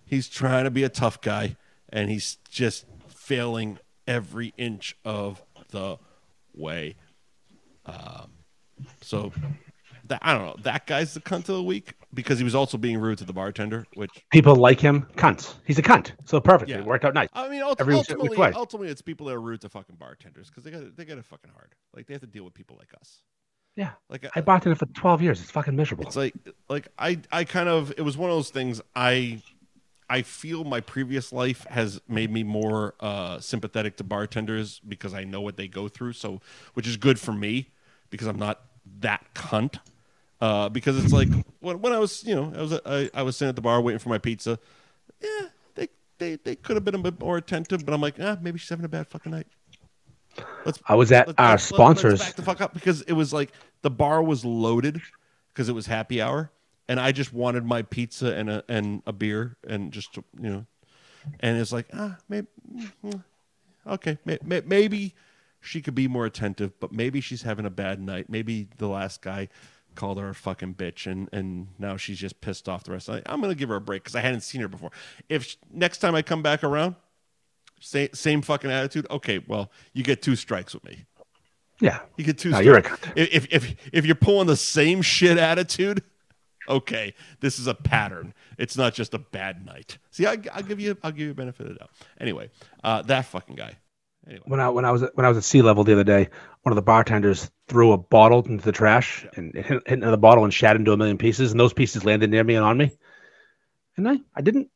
He's trying to be a tough guy, and he's just failing every inch of the way. Um, so that I don't know. That guy's the cunt of the week. because he was also being rude to the bartender, which People like him, cunts. He's a cunt. So perfect. Yeah. Uh, It worked out nice. I mean, ult- Every- ultimately, which way? ultimately, it's people that are rude to fucking bartenders because they got they got it fucking hard. Like they have to deal with people like us. Yeah. Like I bartended for 12 years. It's fucking miserable. it's like like I I kind of it was one of those things I I feel my previous life has made me more uh, sympathetic to bartenders because I know what they go through. So which is good for me because I'm not that cunt. Uh, because it's like when, when I was you know I was I, I was sitting at the bar waiting for my pizza. Yeah, they they they could have been a bit more attentive, but I'm like ah maybe she's having a bad fucking night. Let's I was at Let's- our let's- let's- sponsors. Let's back the fuck up because it was like the bar was loaded because it was happy hour, and I just wanted my pizza and a and a beer and just to, you know, and it's like ah maybe okay may, may, maybe she could be more attentive, but maybe she's having a bad night. Maybe the last guy called her a fucking bitch and and now she's just pissed off the rest of the night. I'm gonna give her a break because I hadn't seen her before. If sh- next time I come back around. Same, same fucking attitude. Okay, well, you get two strikes with me. yeah. You get two. No, strikes. you're a cunt. If, if if if you're pulling the same shit attitude, okay, this is a pattern. It's not just a bad night. See, I, I'll give you I'll give you a benefit of the doubt. Anyway, uh, that fucking guy. Anyway, When I when I was when I was at sea level the other day, one of the bartenders threw a bottle into the trash and it hit, hit another bottle and shattered into a million pieces, and those pieces landed near me and on me. And I, I didn't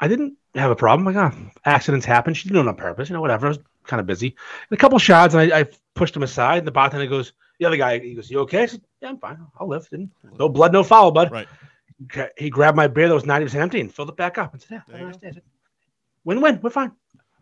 I didn't have a problem. Like, ah, accidents happen. She didn't do it on purpose, you know, whatever. I was kind of busy. And a couple shots, and I, I pushed him aside, and the bartender goes, the other guy, he goes, "You okay?" I said, "Yeah, I'm fine. I'll live." Didn't, no blood, no foul, bud. Right. Gra- He grabbed my beer that was ninety percent empty and filled it back up and said, "Yeah, There I you go. understand it. Win-win. We're fine.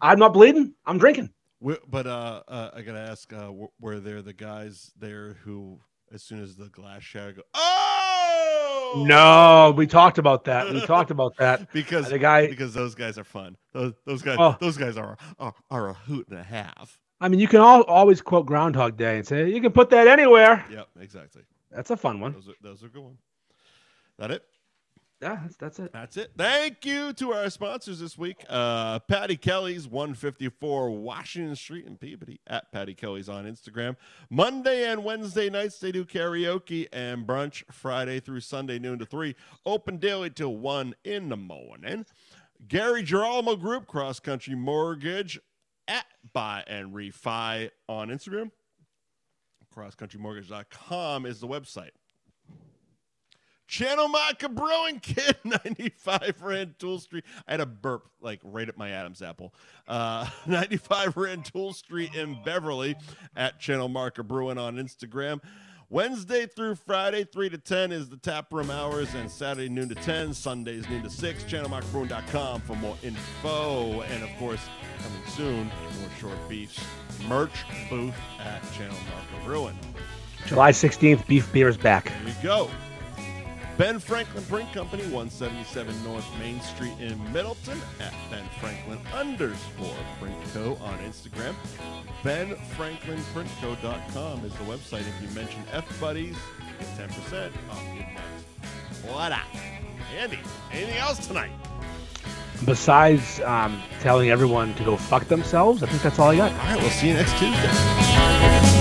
I'm not bleeding. I'm drinking." Wh- but uh, uh, I gotta ask, uh, w- were there the guys there who, as soon as the glass shattered, go, oh No, we talked about that. We talked about that. because The guy- because those guys are fun. Those those guys Oh. those guys are, are are a hoot and a half. I mean, you can all, always quote Groundhog Day and say you can put that anywhere. Yep, exactly. That's a fun one. Those are those are good one. That it. Yeah, that's, that's it. That's it. Thank you to our sponsors this week. Uh, Patty Kelly's 154 Washington Street in Peabody at Patty Kelly's on Instagram. Monday and Wednesday nights they do karaoke and brunch Friday through Sunday noon to three. Open daily till one in the morning. Gary Girolamo Group Cross Country Mortgage at Buy and Refi on Instagram. CrossCountryMortgage.com is the website. Channel Maca Brewing Kid, 95 Rantoul Street. I had a burp like right at my Adam's apple. Uh, 95 Rantoul Street in Beverly at Channel Marker Brewing on Instagram. Wednesday through Friday, 3 to 10 is the tap room hours, and Saturday noon to 10, Sundays noon to 6. ChannelMarkerBrewing.com for more info. And of course, coming soon, more short beefs merch booth at Channel Marker Brewing. July 16th, beef beer is back. Here we go. Ben Franklin Brewing Company, 177 North Main Street in Middleton, at Ben Franklin underscore Print Co. on Instagram. BenFranklinPrintCo.com is the website. If you mention F Buddies, you get 10% off your bucks. What up? Andy, anything else tonight? Besides um, telling everyone to go fuck themselves, I think that's all I got. All right, we'll see you next Tuesday.